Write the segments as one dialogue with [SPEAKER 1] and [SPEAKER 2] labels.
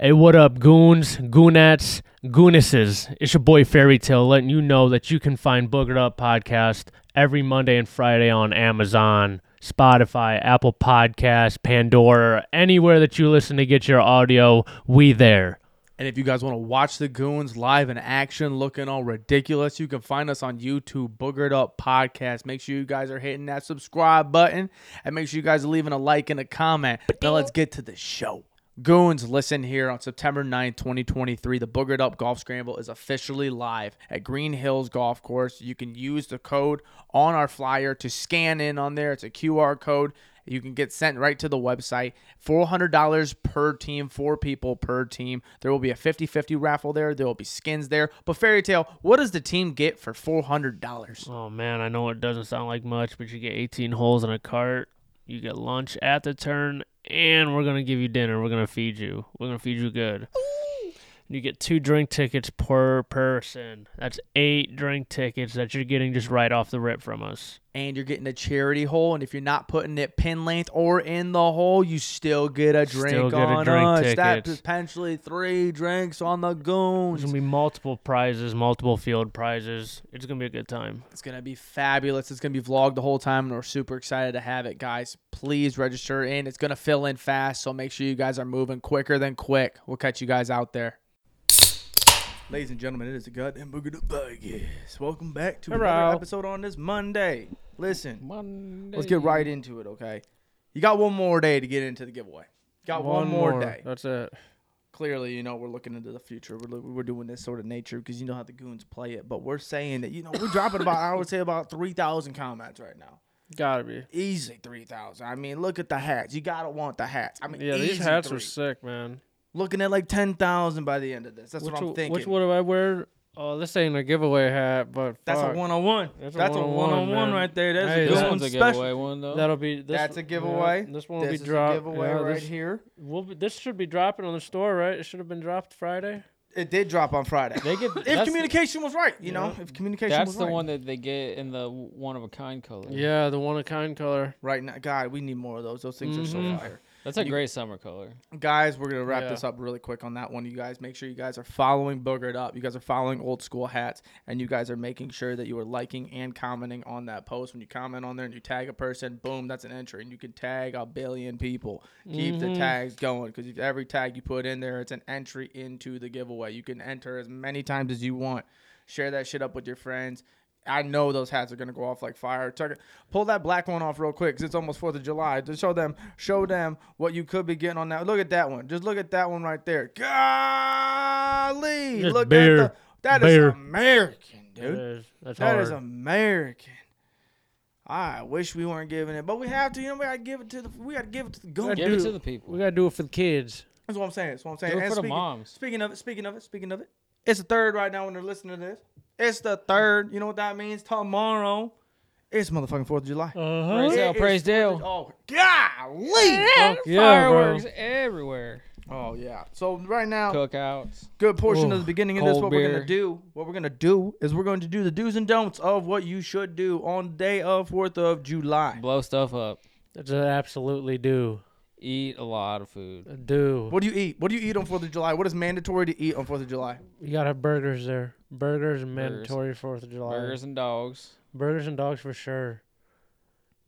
[SPEAKER 1] Hey, what up, goons, goonettes, goonesses? It's your boy Fairy Tale letting you know that you can find Boogered Up Podcast every Monday and Friday on Amazon, Spotify, Apple Podcasts, Pandora, anywhere that you listen to get your audio. We there.
[SPEAKER 2] And if you guys want to watch the goons live in action, looking all ridiculous, you can find us on YouTube, Boogered Up Podcast. Make sure you guys are hitting that subscribe button and make sure you guys are leaving a like and a comment. Now let's get to the show. Goons, listen here. On September 9th, 2023, the Boogered Up Golf Scramble is officially live at Green Hills Golf Course. You can use the code on our flyer to scan in on there. It's a QR code. You can get sent right to the website. $400 per team, four people per team. There will be a 50 50 raffle there. There will be skins there. But Fairy Tale, what does the team get for $400?
[SPEAKER 1] Oh man, I know it doesn't sound like much, but you get 18 holes in a cart. You get lunch at the turn, and we're gonna give you dinner. We're gonna feed you. We're gonna feed you good. You get two drink tickets per person. That's eight drink tickets that you're getting just right off the rip from us.
[SPEAKER 2] And you're getting a charity hole. And if you're not putting it pin length or in the hole, you still get a drink
[SPEAKER 1] Still get a
[SPEAKER 2] on
[SPEAKER 1] drink
[SPEAKER 2] us.
[SPEAKER 1] ticket.
[SPEAKER 2] That's potentially three drinks on the
[SPEAKER 1] There's
[SPEAKER 2] goons.
[SPEAKER 1] gonna be multiple prizes, multiple field prizes. It's gonna be a good time.
[SPEAKER 2] It's gonna be fabulous. It's gonna be vlogged the whole time, and we're super excited to have it, guys. Please register in. It's gonna fill in fast, so make sure you guys are moving quicker than quick. We'll catch you guys out there. Ladies and gentlemen, it is the goddamn booger the podcast. Welcome back to
[SPEAKER 1] Hello.
[SPEAKER 2] another episode on this Monday. Listen, let's get right into it, okay? You got one more day to get into the giveaway. Got one, more, day.
[SPEAKER 1] That's it.
[SPEAKER 2] Clearly, you know we're looking into the future. We're, loo- we're doing this sort of nature because you know how the goons play it. But we're saying that you know we're dropping about I would say about three thousand comments right now.
[SPEAKER 3] Gotta be.
[SPEAKER 2] Easy three thousand. I mean, look at the hats. You gotta want the hats. I mean,
[SPEAKER 3] Yeah, these
[SPEAKER 2] easy
[SPEAKER 3] hats
[SPEAKER 2] three.
[SPEAKER 3] are sick, man.
[SPEAKER 2] looking at like ten thousand by the end of this. That's
[SPEAKER 3] which,
[SPEAKER 2] what I'm
[SPEAKER 3] o-
[SPEAKER 2] thinking.
[SPEAKER 3] which one do I wear? Oh, this ain't a giveaway hat, but
[SPEAKER 2] That's
[SPEAKER 3] fuck.
[SPEAKER 2] a one on one.
[SPEAKER 3] That's a
[SPEAKER 2] That's a one
[SPEAKER 3] 101,
[SPEAKER 2] on one
[SPEAKER 3] man.
[SPEAKER 2] right there. That's
[SPEAKER 3] Hey,
[SPEAKER 2] a
[SPEAKER 3] this
[SPEAKER 2] goon
[SPEAKER 3] one's a
[SPEAKER 2] special.
[SPEAKER 4] giveaway one though.
[SPEAKER 3] That'll be. This,
[SPEAKER 2] That's a
[SPEAKER 3] yeah,
[SPEAKER 2] giveaway.
[SPEAKER 3] this one will
[SPEAKER 2] This
[SPEAKER 3] be
[SPEAKER 2] is
[SPEAKER 3] dropped.
[SPEAKER 2] a giveaway
[SPEAKER 3] yeah,
[SPEAKER 2] right
[SPEAKER 3] this,
[SPEAKER 2] here.
[SPEAKER 3] Will be, this should be dropping on the store, right? It should have been dropped Friday.
[SPEAKER 2] It did drop on Friday.
[SPEAKER 4] They get
[SPEAKER 2] if
[SPEAKER 4] that's,
[SPEAKER 2] communication was right, you know, if communication
[SPEAKER 4] That's
[SPEAKER 2] was
[SPEAKER 4] the
[SPEAKER 2] right.
[SPEAKER 4] one that they get in the one of a kind color.
[SPEAKER 3] Yeah, the one of kind color.
[SPEAKER 2] Right now, God, we need more of those. Those things are so
[SPEAKER 3] Mhm.
[SPEAKER 2] fire.
[SPEAKER 4] that's a great summer color.
[SPEAKER 2] Guys, we're gonna wrap
[SPEAKER 3] Yeah.
[SPEAKER 2] this up really quick on that one. You guys, make sure you guys are following Boogered Up. You guys are following Old School Hats, and you guys are making sure that you are liking and commenting on that post. When you comment on there and you tag a person, boom, that's an entry, and you can tag a billion people. Keep the tags going because if every tag you put in there, it's an entry into the giveaway. You can enter as many times as you want. Share that shit up with your friends. I know those hats are gonna go off like fire. Tucker, pull that black one off real quick, 'cause it's almost Fourth of July. Just show them, show them what you could be getting on that. Look at that one. Just look at that one right there. Golly,
[SPEAKER 1] Just
[SPEAKER 2] look
[SPEAKER 1] bear.
[SPEAKER 2] at the, that is
[SPEAKER 1] Bear.
[SPEAKER 2] American, dude.
[SPEAKER 1] It is. That's
[SPEAKER 2] That
[SPEAKER 1] hard.
[SPEAKER 2] is American. I wish we weren't giving it, but we have to. You know, we gotta give it to the. We gotta give it to the goons.
[SPEAKER 4] Give it to the people.
[SPEAKER 1] we gotta do it for the kids.
[SPEAKER 2] That's what I'm saying. That's what I'm saying.
[SPEAKER 4] Do it
[SPEAKER 2] And
[SPEAKER 4] for the
[SPEAKER 2] speaking,
[SPEAKER 4] moms.
[SPEAKER 2] Speaking of it, speaking of it, speaking of it, it's the third right now when they're listening to this. It's the third. You know what that means? Tomorrow, it's motherfucking Fourth of July.
[SPEAKER 3] Uh
[SPEAKER 4] Praise
[SPEAKER 2] It
[SPEAKER 4] Dale,
[SPEAKER 2] is
[SPEAKER 4] Oh, praise
[SPEAKER 2] Fourth
[SPEAKER 4] Dale.
[SPEAKER 2] of- Oh, golly!
[SPEAKER 3] huh. Yeah, bro.
[SPEAKER 4] Fireworks everywhere.
[SPEAKER 2] Oh yeah. So right
[SPEAKER 1] Oh.
[SPEAKER 2] now,
[SPEAKER 4] Cookouts.
[SPEAKER 2] good portion of the beginning of this.
[SPEAKER 4] cold
[SPEAKER 2] What we're
[SPEAKER 4] beer.
[SPEAKER 2] gonna do? What we're gonna do is we're going to do the do's and don'ts of what you should do on the day of Fourth of July.
[SPEAKER 4] Blow stuff up.
[SPEAKER 1] That's an absolutely do.
[SPEAKER 4] Eat a lot of food.
[SPEAKER 1] Do.
[SPEAKER 2] What do you eat? What do you eat on Fourth of July? What is mandatory to eat on Fourth of July?
[SPEAKER 1] You gotta have burgers there. Burgers and
[SPEAKER 4] Burgers.
[SPEAKER 1] mandatory Fourth of July.
[SPEAKER 4] Burgers
[SPEAKER 1] Burgers.
[SPEAKER 4] and dogs.
[SPEAKER 1] and dogs for sure.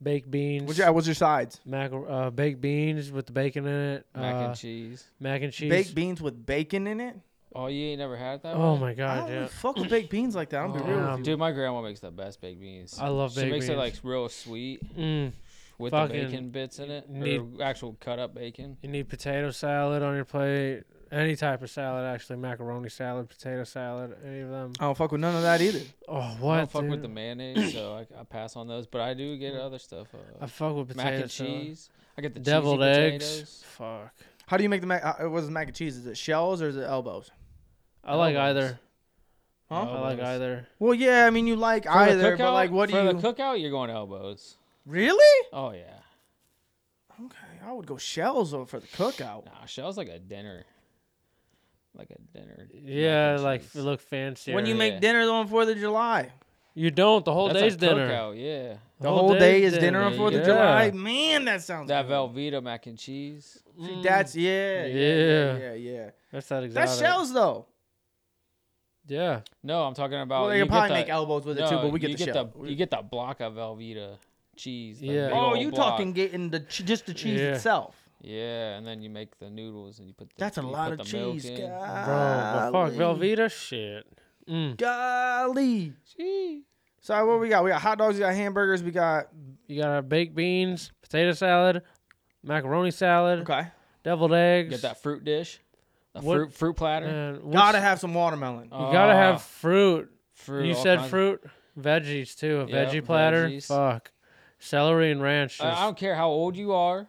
[SPEAKER 1] Baked beans.
[SPEAKER 2] What's your, what's your sides?
[SPEAKER 1] mac- uh, baked beans with the bacon in it.
[SPEAKER 4] Mac
[SPEAKER 1] uh,
[SPEAKER 4] and cheese.
[SPEAKER 1] Mac and cheese.
[SPEAKER 2] Baked beans with bacon in it.
[SPEAKER 4] Oh, you ain't never had that?
[SPEAKER 1] Oh
[SPEAKER 4] one? Oh.
[SPEAKER 1] my
[SPEAKER 2] I
[SPEAKER 1] god,
[SPEAKER 2] don't
[SPEAKER 1] yeah.
[SPEAKER 2] really fuck with baked beans like that. I'm gonna be real
[SPEAKER 1] Damn.
[SPEAKER 2] with you.
[SPEAKER 4] Dude, my grandma makes the best baked beans.
[SPEAKER 1] I love
[SPEAKER 4] She
[SPEAKER 1] baked
[SPEAKER 4] makes
[SPEAKER 1] beans.
[SPEAKER 4] it like real sweet
[SPEAKER 1] mm.
[SPEAKER 4] with
[SPEAKER 1] Fucking
[SPEAKER 4] the bacon bits in it.
[SPEAKER 1] need-
[SPEAKER 4] Or actual cut up bacon.
[SPEAKER 1] You need potato salad on your plate. Any type of salad, actually, macaroni salad, potato salad, any of them.
[SPEAKER 2] I don't fuck with none of that either.
[SPEAKER 1] Oh,
[SPEAKER 4] I
[SPEAKER 1] what?
[SPEAKER 4] don't fuck with the
[SPEAKER 1] dude? Mm.
[SPEAKER 4] mayonnaise, so I, I pass on those. But I do get other stuff. Uh,
[SPEAKER 1] I fuck with potato
[SPEAKER 4] mac and
[SPEAKER 1] salad.
[SPEAKER 4] cheese. I get the cheesy
[SPEAKER 1] Deviled eggs.
[SPEAKER 4] potatoes.
[SPEAKER 1] Fuck.
[SPEAKER 2] How do you make the mac? Uh, was mac and cheese? Is it shells or is it elbows?
[SPEAKER 1] I like
[SPEAKER 4] Elbows.
[SPEAKER 1] either.
[SPEAKER 2] Huh?
[SPEAKER 1] I like
[SPEAKER 4] Elbows.
[SPEAKER 1] either.
[SPEAKER 2] Well, yeah. I mean, you like
[SPEAKER 4] For the
[SPEAKER 2] either, but
[SPEAKER 4] cookout-
[SPEAKER 2] like, what do
[SPEAKER 4] for
[SPEAKER 2] you
[SPEAKER 4] the cookout? You're going elbows.
[SPEAKER 2] really?
[SPEAKER 4] Oh yeah.
[SPEAKER 2] Okay, I would go shells over for the cookout.
[SPEAKER 4] Nah, shells like a dinner. Like a dinner. mac
[SPEAKER 1] Yeah,
[SPEAKER 4] and
[SPEAKER 1] like
[SPEAKER 4] cheese.
[SPEAKER 1] look fancier.
[SPEAKER 2] when you
[SPEAKER 4] yeah.
[SPEAKER 2] make dinner on Fourth of July,
[SPEAKER 1] You don't. The whole
[SPEAKER 4] That's a
[SPEAKER 1] day's dinner.
[SPEAKER 4] cookout, Yeah.
[SPEAKER 2] The whole day is dinner on
[SPEAKER 4] dinner,
[SPEAKER 2] Fourth of
[SPEAKER 4] yeah.
[SPEAKER 2] July. Man, that sounds
[SPEAKER 4] That
[SPEAKER 2] good.
[SPEAKER 4] Velveeta mac and cheese.
[SPEAKER 2] See, That's yeah, yeah, yeah,
[SPEAKER 1] Yeah.
[SPEAKER 2] yeah. yeah.
[SPEAKER 1] Mm. That's that
[SPEAKER 2] That's
[SPEAKER 1] exotic.
[SPEAKER 2] shells though.
[SPEAKER 1] Yeah.
[SPEAKER 4] No, I'm talking about.
[SPEAKER 2] well, they
[SPEAKER 4] Oh, you
[SPEAKER 2] can
[SPEAKER 4] get
[SPEAKER 2] probably
[SPEAKER 4] the-
[SPEAKER 2] make elbows with it too,
[SPEAKER 4] no,
[SPEAKER 2] but we get
[SPEAKER 4] you
[SPEAKER 2] the shell.
[SPEAKER 4] The, you get the block of Velveeta cheese. the
[SPEAKER 1] Yeah.
[SPEAKER 4] big
[SPEAKER 2] oh,
[SPEAKER 4] old
[SPEAKER 2] you
[SPEAKER 4] block.
[SPEAKER 2] talking getting the ch- just the cheese
[SPEAKER 1] Yeah.
[SPEAKER 2] itself?
[SPEAKER 4] Yeah, and then you make the noodles and you put. The,
[SPEAKER 2] That's a
[SPEAKER 4] you
[SPEAKER 2] lot
[SPEAKER 4] put
[SPEAKER 2] of
[SPEAKER 4] the milk
[SPEAKER 2] cheese,
[SPEAKER 4] in.
[SPEAKER 1] Bro, but fuck
[SPEAKER 2] golly.
[SPEAKER 1] Velveeta shit. Mm.
[SPEAKER 2] Golly.
[SPEAKER 4] Gee.
[SPEAKER 2] Sorry, what we got? We got hot dogs. We got hamburgers. We got
[SPEAKER 1] You got our baked beans, potato salad, macaroni salad,
[SPEAKER 2] okay.
[SPEAKER 1] deviled eggs.
[SPEAKER 4] Get that fruit dish. The
[SPEAKER 1] What-
[SPEAKER 4] fruit fruit platter.
[SPEAKER 1] And what's-
[SPEAKER 2] Gotta have some watermelon.
[SPEAKER 1] You gotta
[SPEAKER 4] Ah,
[SPEAKER 1] have fruit.
[SPEAKER 4] fruit.
[SPEAKER 1] you
[SPEAKER 4] all
[SPEAKER 1] said
[SPEAKER 4] kinds-
[SPEAKER 1] fruit, veggies too. A
[SPEAKER 4] Yeah,
[SPEAKER 1] veggie platter.
[SPEAKER 4] veggies.
[SPEAKER 1] Fuck. Celery and ranch.
[SPEAKER 4] I-
[SPEAKER 1] just-
[SPEAKER 4] I don't care how old you are.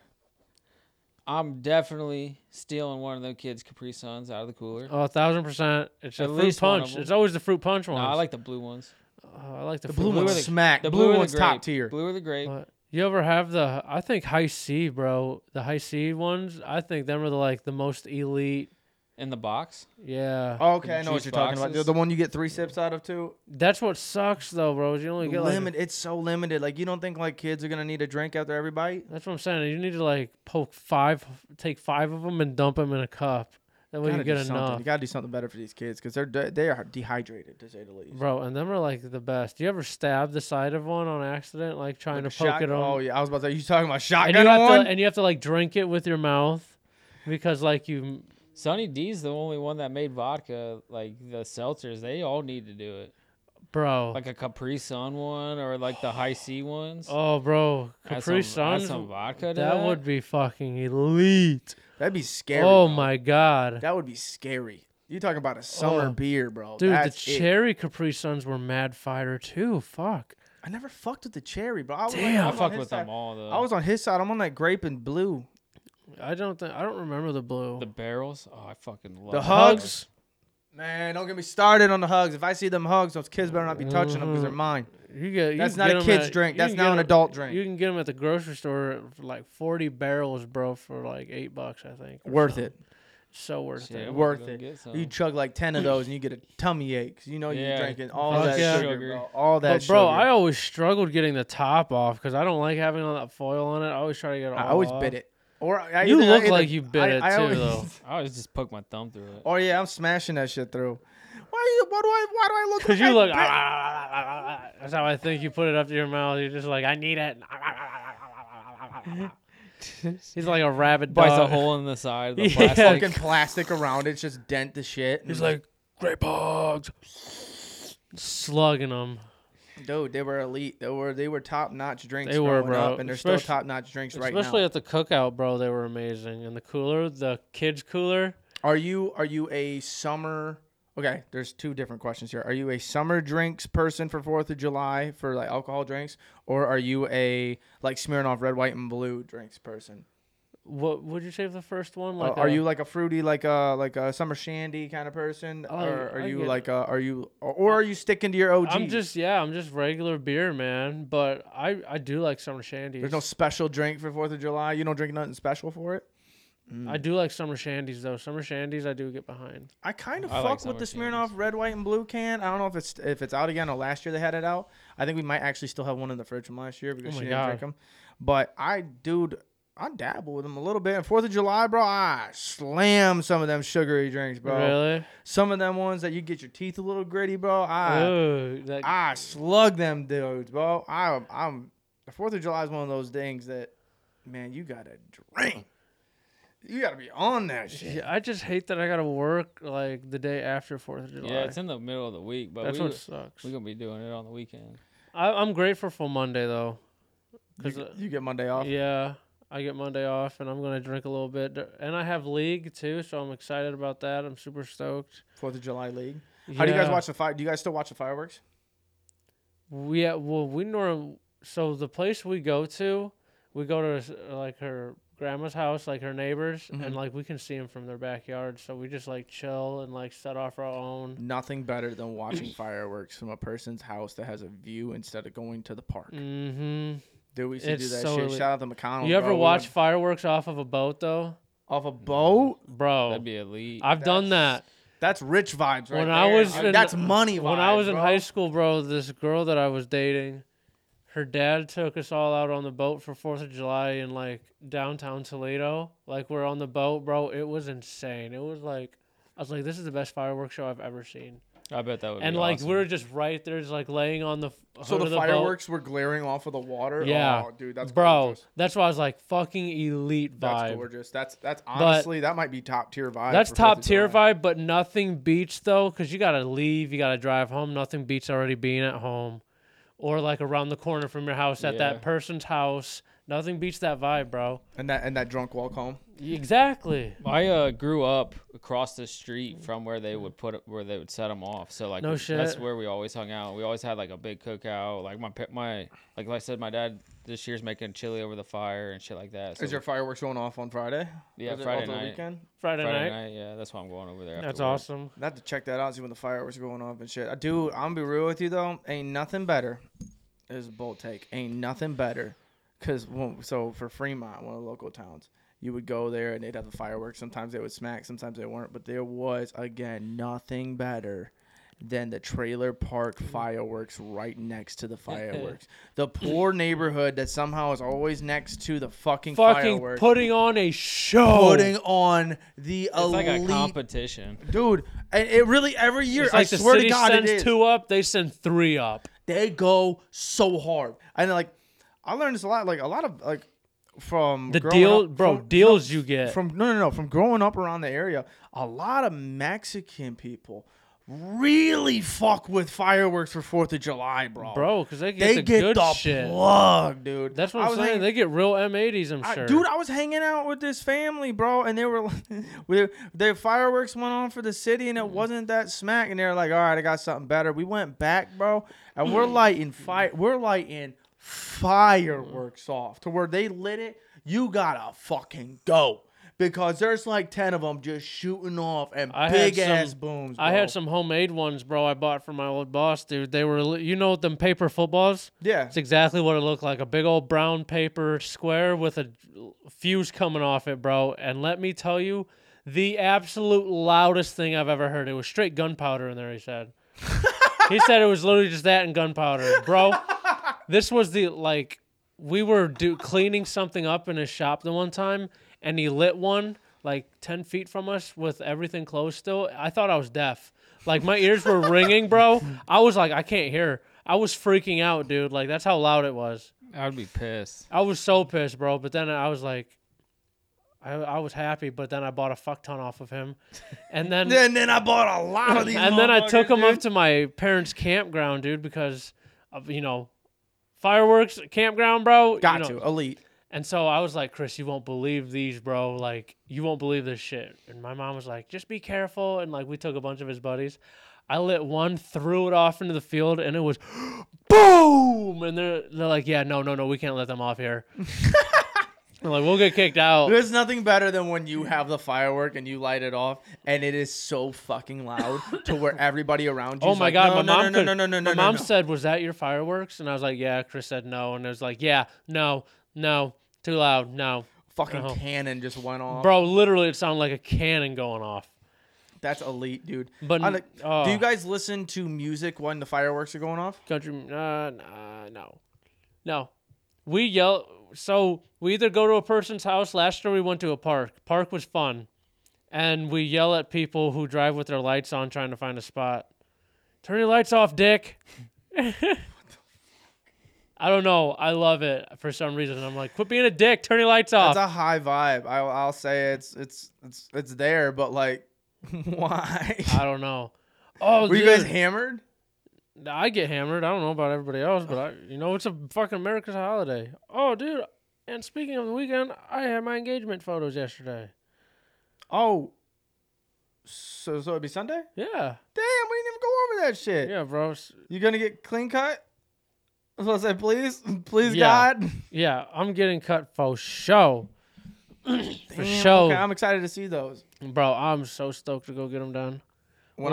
[SPEAKER 4] I'm definitely stealing one of them kids' Capri Suns out of the cooler.
[SPEAKER 1] Oh, a thousand percent. It's a
[SPEAKER 4] At
[SPEAKER 1] fruit
[SPEAKER 4] least one of
[SPEAKER 1] punch.
[SPEAKER 4] them.
[SPEAKER 1] It's always the fruit punch one.
[SPEAKER 4] No, I like the blue ones.
[SPEAKER 1] Oh, I like the,
[SPEAKER 2] The
[SPEAKER 1] fruit
[SPEAKER 2] blue
[SPEAKER 1] punch.
[SPEAKER 2] one's
[SPEAKER 4] are the-
[SPEAKER 2] smack. The
[SPEAKER 4] The
[SPEAKER 2] blue,
[SPEAKER 4] blue, or
[SPEAKER 2] one's
[SPEAKER 4] the
[SPEAKER 2] top
[SPEAKER 4] grape.
[SPEAKER 2] tier.
[SPEAKER 4] Blue or the grape.
[SPEAKER 1] But You ever have the? I think high C, bro. The high C ones. I think them are the like the most elite.
[SPEAKER 4] in the box.
[SPEAKER 1] Yeah.
[SPEAKER 2] Okay,
[SPEAKER 4] The
[SPEAKER 2] I know what
[SPEAKER 4] juice
[SPEAKER 2] you're talking about. The,
[SPEAKER 4] boxes.
[SPEAKER 2] the one you get three sips out of too.
[SPEAKER 1] That's what sucks though, bro. Is you only get like.
[SPEAKER 2] Limit. It's so limited. Like you don't think like kids are gonna need a drink after every bite.
[SPEAKER 1] That's what I'm saying. You need to like poke five, take five of them and dump them in a cup. That way you
[SPEAKER 2] Gotta do
[SPEAKER 1] get
[SPEAKER 2] something.
[SPEAKER 1] enough,
[SPEAKER 2] You gotta do something better for these kids because they're de- they are dehydrated to say the least.
[SPEAKER 1] bro. And them are like the best. You ever stab the side of one on accident, like trying
[SPEAKER 2] Like
[SPEAKER 1] to poke
[SPEAKER 2] a
[SPEAKER 1] it
[SPEAKER 2] shotgun-
[SPEAKER 1] on?
[SPEAKER 2] Oh yeah, I was about to. say, You talking about
[SPEAKER 1] and you
[SPEAKER 2] shotgun
[SPEAKER 1] have
[SPEAKER 2] one?
[SPEAKER 1] to and you have to like drink it with your mouth because like you
[SPEAKER 4] Sonny D's the only one that made vodka. Like the seltzers, they all need to do it.
[SPEAKER 1] bro
[SPEAKER 4] Like a Capri Sun one or like the High C ones.
[SPEAKER 1] oh bro
[SPEAKER 4] Add
[SPEAKER 1] capri
[SPEAKER 4] some- add
[SPEAKER 1] suns
[SPEAKER 4] some vodka. to
[SPEAKER 1] that, would be fucking elite
[SPEAKER 2] That'd be scary.
[SPEAKER 1] oh
[SPEAKER 2] bro.
[SPEAKER 1] my god
[SPEAKER 2] That would be scary. You talking about a summer
[SPEAKER 1] Oh.
[SPEAKER 2] beer, bro?
[SPEAKER 1] dude
[SPEAKER 2] That's
[SPEAKER 1] the
[SPEAKER 2] it.
[SPEAKER 1] cherry capri suns were mad fire too fuck
[SPEAKER 2] I never fucked with the cherry, bro. I was
[SPEAKER 1] Damn.
[SPEAKER 2] Like,
[SPEAKER 4] I
[SPEAKER 2] I'm on
[SPEAKER 4] fucked
[SPEAKER 2] his
[SPEAKER 4] with
[SPEAKER 2] side.
[SPEAKER 4] them all though.
[SPEAKER 2] I was on his side. I'm on that grape and blue.
[SPEAKER 1] i don't think i don't remember the blue
[SPEAKER 4] the barrels. Oh, I fucking love
[SPEAKER 2] The
[SPEAKER 4] them.
[SPEAKER 2] hugs. Man, don't get me started on the hugs. If I see them hugs, those kids better not be touching them because they're
[SPEAKER 1] Mhm.
[SPEAKER 2] mine.
[SPEAKER 1] you get you
[SPEAKER 2] That's
[SPEAKER 1] can
[SPEAKER 2] not
[SPEAKER 1] get
[SPEAKER 2] a
[SPEAKER 1] 'em
[SPEAKER 2] kid's
[SPEAKER 1] at-
[SPEAKER 2] drink.
[SPEAKER 1] you
[SPEAKER 2] That's
[SPEAKER 1] can get
[SPEAKER 2] now an
[SPEAKER 1] 'em-
[SPEAKER 2] adult drink.
[SPEAKER 1] you can get them at the grocery store for like 40 barrels bro for like eight bucks i think or
[SPEAKER 2] Worth
[SPEAKER 1] something.
[SPEAKER 2] it.
[SPEAKER 1] so worth
[SPEAKER 4] Shit, I
[SPEAKER 1] it
[SPEAKER 4] wanna
[SPEAKER 2] Worth
[SPEAKER 4] go
[SPEAKER 2] it.
[SPEAKER 4] get
[SPEAKER 2] You
[SPEAKER 4] some.
[SPEAKER 2] chug like ten of those and you get a tummy ache. 'cause You know you're
[SPEAKER 4] Yeah,
[SPEAKER 2] drinking all
[SPEAKER 1] fuck
[SPEAKER 2] that
[SPEAKER 1] yeah.
[SPEAKER 2] sugar,
[SPEAKER 4] Sugar.
[SPEAKER 2] bro. All that
[SPEAKER 1] but bro,
[SPEAKER 2] sugar.
[SPEAKER 1] I always struggled getting the top off because I don't like having all that foil on it. I always try to get it all.
[SPEAKER 2] I always
[SPEAKER 1] off.
[SPEAKER 2] bit it. Or I
[SPEAKER 1] You
[SPEAKER 2] either- I
[SPEAKER 1] look
[SPEAKER 2] either-
[SPEAKER 1] like you bit
[SPEAKER 2] I-
[SPEAKER 1] it
[SPEAKER 2] I
[SPEAKER 1] too,
[SPEAKER 2] always-
[SPEAKER 1] though.
[SPEAKER 4] I always just poke my thumb through it.
[SPEAKER 2] Oh yeah, I'm smashing that shit through. Why? you- Why do I? Why do I look?
[SPEAKER 1] Cause
[SPEAKER 2] Because
[SPEAKER 1] you look. ah,
[SPEAKER 2] I
[SPEAKER 1] That's how I think you put it up to your mouth. You're just like, I need it. He's like a rabid Oh, dog.
[SPEAKER 4] Bites a hole in the side of the
[SPEAKER 1] Yeah.
[SPEAKER 4] plastic.
[SPEAKER 2] fucking plastic around it, just dent the shit.
[SPEAKER 1] He's
[SPEAKER 2] and-
[SPEAKER 1] like, great hogs, slugging them.
[SPEAKER 2] dude, they were elite. They were they were top notch drinks.
[SPEAKER 1] They were,
[SPEAKER 2] growing up,
[SPEAKER 1] bro.
[SPEAKER 2] and they're
[SPEAKER 1] Especially-
[SPEAKER 2] still top notch drinks right
[SPEAKER 1] Especially
[SPEAKER 2] now.
[SPEAKER 1] at the cookout, bro. They were amazing. And the cooler, the kids cooler.
[SPEAKER 2] Are you are you a summer? Okay, there's two different questions here. Are you a summer drinks person for Fourth of July for like alcohol drinks, or are you a like Smirnoff Red, White, and Blue drinks person?
[SPEAKER 1] What would you say for the first one?
[SPEAKER 2] Uh,
[SPEAKER 1] Like,
[SPEAKER 2] are
[SPEAKER 1] a-
[SPEAKER 2] you like a fruity, like a like a summer shandy kind of person,
[SPEAKER 1] I-
[SPEAKER 2] or are
[SPEAKER 1] Oh, I
[SPEAKER 2] you
[SPEAKER 1] get
[SPEAKER 2] like a are you or, or are you sticking to your OG?
[SPEAKER 1] I'm just yeah, I'm just regular beer, man. But I I do like summer shandies.
[SPEAKER 2] There's no special drink for Fourth of July. You don't drink nothing special for it.
[SPEAKER 1] Mm. I do like summer shandies though. Summer shandies I do get behind.
[SPEAKER 2] I kind of
[SPEAKER 4] I like
[SPEAKER 2] fuck with the
[SPEAKER 4] summer
[SPEAKER 2] Smirnoff Red, White, and Blue can. I don't know if it's if it's out again. Or last year they had it out. I think we might actually still have one in the fridge from last year because
[SPEAKER 1] Oh
[SPEAKER 2] she
[SPEAKER 1] my
[SPEAKER 2] didn't
[SPEAKER 1] God.
[SPEAKER 2] drink them. But I, dude, I dabble with them a little bit. And Fourth of July, bro, I slam some of them sugary drinks, bro.
[SPEAKER 1] Really?
[SPEAKER 2] Some of them ones that you get your teeth a little gritty, bro. I
[SPEAKER 1] Ooh, that,
[SPEAKER 2] I slug them dudes, bro. I, I'm the Fourth of July is one of those things that, man, you gotta drink. You gotta be on that shit.
[SPEAKER 1] Yeah, I just hate that I gotta work like the day after Fourth of July.
[SPEAKER 4] yeah, it's in the middle of the week, but
[SPEAKER 1] That's
[SPEAKER 4] we,
[SPEAKER 1] what sucks.
[SPEAKER 4] we're gonna be doing it on the weekend.
[SPEAKER 1] I, I'm grateful for Monday though, because
[SPEAKER 2] You, you get Monday off.
[SPEAKER 1] uh, yeah, I get Monday off and I'm gonna drink a little bit, and I have league too, so I'm excited about that. I'm super stoked.
[SPEAKER 2] Fourth of July league. How do you guys
[SPEAKER 1] Yeah.
[SPEAKER 2] watch the fire? Do you guys still watch the fireworks?
[SPEAKER 1] We yeah, well we norm so the place we go to, we go to s- like her grandma's house, like her neighbors,
[SPEAKER 2] Mhm.
[SPEAKER 1] and like we can see them from their backyard. So we just like chill and like set off our own.
[SPEAKER 2] Nothing better than watching fireworks from a person's house that has a view instead of going to the park.
[SPEAKER 1] Mm-hmm.
[SPEAKER 2] Dude, we should do
[SPEAKER 1] It's
[SPEAKER 2] that
[SPEAKER 1] so
[SPEAKER 2] shit.
[SPEAKER 1] elite.
[SPEAKER 2] Shout out to McConnell.
[SPEAKER 1] you ever
[SPEAKER 2] bro. We
[SPEAKER 1] watch
[SPEAKER 2] went
[SPEAKER 1] fireworks off of a boat though,
[SPEAKER 2] off a boat?
[SPEAKER 1] bro? Oh.
[SPEAKER 4] That'd be elite.
[SPEAKER 1] I've done that.
[SPEAKER 2] That's- That's rich vibes right
[SPEAKER 1] When
[SPEAKER 2] there.
[SPEAKER 1] I was in-
[SPEAKER 2] that's money vibes.
[SPEAKER 1] when I was in
[SPEAKER 2] bro.
[SPEAKER 1] high school, bro, this girl that I was dating, her dad took us all out on the boat for Fourth of July in like downtown Toledo. Like we're on the boat, bro. It was insane. It was like I was like, this is the best fireworks show I've ever seen.
[SPEAKER 4] I bet that would.
[SPEAKER 1] and
[SPEAKER 4] be
[SPEAKER 1] like
[SPEAKER 4] awesome.
[SPEAKER 1] we were just right there, just like laying on the f-
[SPEAKER 2] So
[SPEAKER 1] hood
[SPEAKER 2] the,
[SPEAKER 1] of boat.
[SPEAKER 2] fireworks were glaring off of the water.
[SPEAKER 1] Yeah.
[SPEAKER 2] oh, dude, that's
[SPEAKER 1] bro.
[SPEAKER 2] Gorgeous.
[SPEAKER 1] That's why I was like fucking elite vibe.
[SPEAKER 2] That's gorgeous. That's that's honestly that might be top tier vibe.
[SPEAKER 1] That's
[SPEAKER 2] for
[SPEAKER 1] top
[SPEAKER 2] 4th of
[SPEAKER 1] tier
[SPEAKER 2] July.
[SPEAKER 1] vibe, but nothing beats though, because you gotta leave, you gotta drive home. Nothing beats already being at home, or like around the corner from your house at
[SPEAKER 4] Yeah.
[SPEAKER 1] that person's house. Nothing beats that vibe, bro.
[SPEAKER 2] And that and that drunk walk home.
[SPEAKER 1] Exactly.
[SPEAKER 4] I uh, grew up across the street from where they would put it, where they would set them off. So like
[SPEAKER 1] No
[SPEAKER 4] we- that's
[SPEAKER 1] shit.
[SPEAKER 4] where we always hung out. We always had like a big cookout. Like my pa- my like I said, my dad this year's making chili over the fire and shit like that. So
[SPEAKER 2] Is your fireworks going off on Friday?
[SPEAKER 4] Yeah,
[SPEAKER 2] Is it
[SPEAKER 4] Friday
[SPEAKER 2] off the
[SPEAKER 4] night.
[SPEAKER 2] Weekend?
[SPEAKER 1] Friday,
[SPEAKER 4] Friday
[SPEAKER 1] night.
[SPEAKER 4] night? Yeah, that's why I'm going over there.
[SPEAKER 1] That's
[SPEAKER 4] after work.
[SPEAKER 1] awesome.
[SPEAKER 2] I have to check that out, see when the fireworks are going off and shit. I do. I'm gonna be real with you though. Ain't nothing better. Is a bold take. Ain't nothing better. Cause when, so for Fremont, one of the local towns, you would go there and they'd have the fireworks. Sometimes they would smack, sometimes they weren't. But there was again nothing better than the trailer park fireworks right next to the fireworks. the poor neighborhood that somehow is always next to the fucking,
[SPEAKER 1] Fucking
[SPEAKER 2] fireworks.
[SPEAKER 1] putting on a show.
[SPEAKER 2] Putting on the
[SPEAKER 4] Oh. It's like a
[SPEAKER 2] elite
[SPEAKER 4] competition.
[SPEAKER 2] dude. And it really every year.
[SPEAKER 1] It's like
[SPEAKER 2] I
[SPEAKER 1] the
[SPEAKER 2] swear
[SPEAKER 1] city
[SPEAKER 2] to God, it
[SPEAKER 1] sends
[SPEAKER 2] is.
[SPEAKER 1] two up, they send three up.
[SPEAKER 2] They go so hard, and like I learned this a lot. Like a lot of like from
[SPEAKER 1] The
[SPEAKER 2] growing
[SPEAKER 1] deal,
[SPEAKER 2] up-
[SPEAKER 1] bro,
[SPEAKER 2] from-
[SPEAKER 1] deals you get.
[SPEAKER 2] From no, no, no, from growing up around the area, a lot of Mexican people really fuck with fireworks for Fourth of July, bro.
[SPEAKER 1] bro, because they get
[SPEAKER 2] they
[SPEAKER 1] the
[SPEAKER 2] get
[SPEAKER 1] good
[SPEAKER 2] the
[SPEAKER 1] shit.
[SPEAKER 2] plug, dude.
[SPEAKER 1] That's what
[SPEAKER 2] I
[SPEAKER 1] I'm
[SPEAKER 2] was
[SPEAKER 1] saying.
[SPEAKER 2] hanging-
[SPEAKER 1] they get real M80s, I'm
[SPEAKER 2] I-
[SPEAKER 1] sure.
[SPEAKER 2] dude, I was hanging out with this family, bro, and they were, we, their fireworks went on for the city,
[SPEAKER 1] Mm.
[SPEAKER 2] and it wasn't that smack. And they're like, "All right, I got something better." We went back, bro, and
[SPEAKER 1] Mm.
[SPEAKER 2] we're lighting fire. We're lighting fireworks off to where they lit it. You gotta fucking go because there's like ten of them just shooting off and
[SPEAKER 1] I had
[SPEAKER 2] big ass
[SPEAKER 1] some-
[SPEAKER 2] booms.
[SPEAKER 1] I
[SPEAKER 2] bro.
[SPEAKER 1] had some homemade ones, bro. I bought from my old boss, dude. They were, li- you know, them paper footballs.
[SPEAKER 2] yeah.
[SPEAKER 1] It's exactly what it looked like—a big old brown paper square with a fuse coming off it, bro. And let me tell you, the absolute loudest thing I've ever heard. It was straight gunpowder in there. He said. he said it was literally just that and gunpowder, bro. This was the like we were do cleaning something up in his shop the one time, and he lit one like ten feet from us with everything closed. Still, I thought I was deaf. Like my ears were ringing, bro. I was like, I can't hear. I was freaking out, dude. Like that's how loud it was.
[SPEAKER 4] I'd be pissed.
[SPEAKER 1] I was so pissed, bro. But then I was like, I, I was happy, but then I bought a fuck ton off of him, and then
[SPEAKER 2] And then I bought a lot of these.
[SPEAKER 1] and then I took
[SPEAKER 2] motherfuckers,
[SPEAKER 1] him
[SPEAKER 2] dude.
[SPEAKER 1] up to my parents' campground, dude, because of, you know, fireworks campground, bro.
[SPEAKER 2] Got
[SPEAKER 1] you know.
[SPEAKER 2] to elite.
[SPEAKER 1] And so I was like, Chris, you won't believe these, bro. Like, you won't believe this shit. And my mom was like, just be careful. And like, we took a bunch of his buddies. I lit one, threw it off into the field, and it was boom. And they're they're like, yeah, no, no, no, we can't let them off here. I'm like, we'll get kicked out.
[SPEAKER 2] There's nothing better than when you have the firework and you light it off, and it is so fucking loud to where everybody around you.
[SPEAKER 1] Oh
[SPEAKER 2] is
[SPEAKER 1] my
[SPEAKER 2] like,
[SPEAKER 1] god,
[SPEAKER 2] no,
[SPEAKER 1] my
[SPEAKER 2] no,
[SPEAKER 1] mom
[SPEAKER 2] no,
[SPEAKER 1] could,
[SPEAKER 2] no, no, no, no,
[SPEAKER 1] my
[SPEAKER 2] no,
[SPEAKER 1] mom
[SPEAKER 2] no."
[SPEAKER 1] said, "Was that your fireworks?" And I was like, "Yeah." Chris said no, and it was like, "Yeah, no, no, too loud, no."
[SPEAKER 2] "Fucking
[SPEAKER 1] Uh-huh.
[SPEAKER 2] cannon just went off."
[SPEAKER 1] Bro, literally, it sounded like a cannon going off.
[SPEAKER 2] That's elite, dude.
[SPEAKER 1] But
[SPEAKER 2] I like-
[SPEAKER 1] uh,
[SPEAKER 2] do you guys listen to music when the fireworks are going off?
[SPEAKER 1] country? Uh, nah, no, no. We yell. So we either go to a person's house. Last year we went to a park. Park was fun, and we yell at people who drive with their lights on, trying to find a spot. Turn your lights off, dick. I don't know. I love it for some reason. I'm like, quit being a dick. Turn your lights off.
[SPEAKER 2] That's a high vibe. I, I'll say it's it's it's it's there, but like, why?
[SPEAKER 1] I don't know. Oh,
[SPEAKER 2] Were
[SPEAKER 1] dude,
[SPEAKER 2] you guys hammered?
[SPEAKER 1] I get hammered. I don't know about everybody else, but I, you know, it's a fucking America's holiday. Oh, dude. And speaking of the weekend, I had my engagement photos yesterday.
[SPEAKER 2] Oh, so so it'd be Sunday.
[SPEAKER 1] Yeah,
[SPEAKER 2] Damn, we didn't even go over that shit.
[SPEAKER 1] yeah, bro. S-
[SPEAKER 2] You gonna get clean cut? I was gonna say, please, please,
[SPEAKER 1] Yeah.
[SPEAKER 2] God.
[SPEAKER 1] Yeah, I'm getting cut for show, for
[SPEAKER 2] Damn,
[SPEAKER 1] show,
[SPEAKER 2] okay, I'm excited to see those.
[SPEAKER 1] bro. I'm so stoked to go get them done.
[SPEAKER 2] When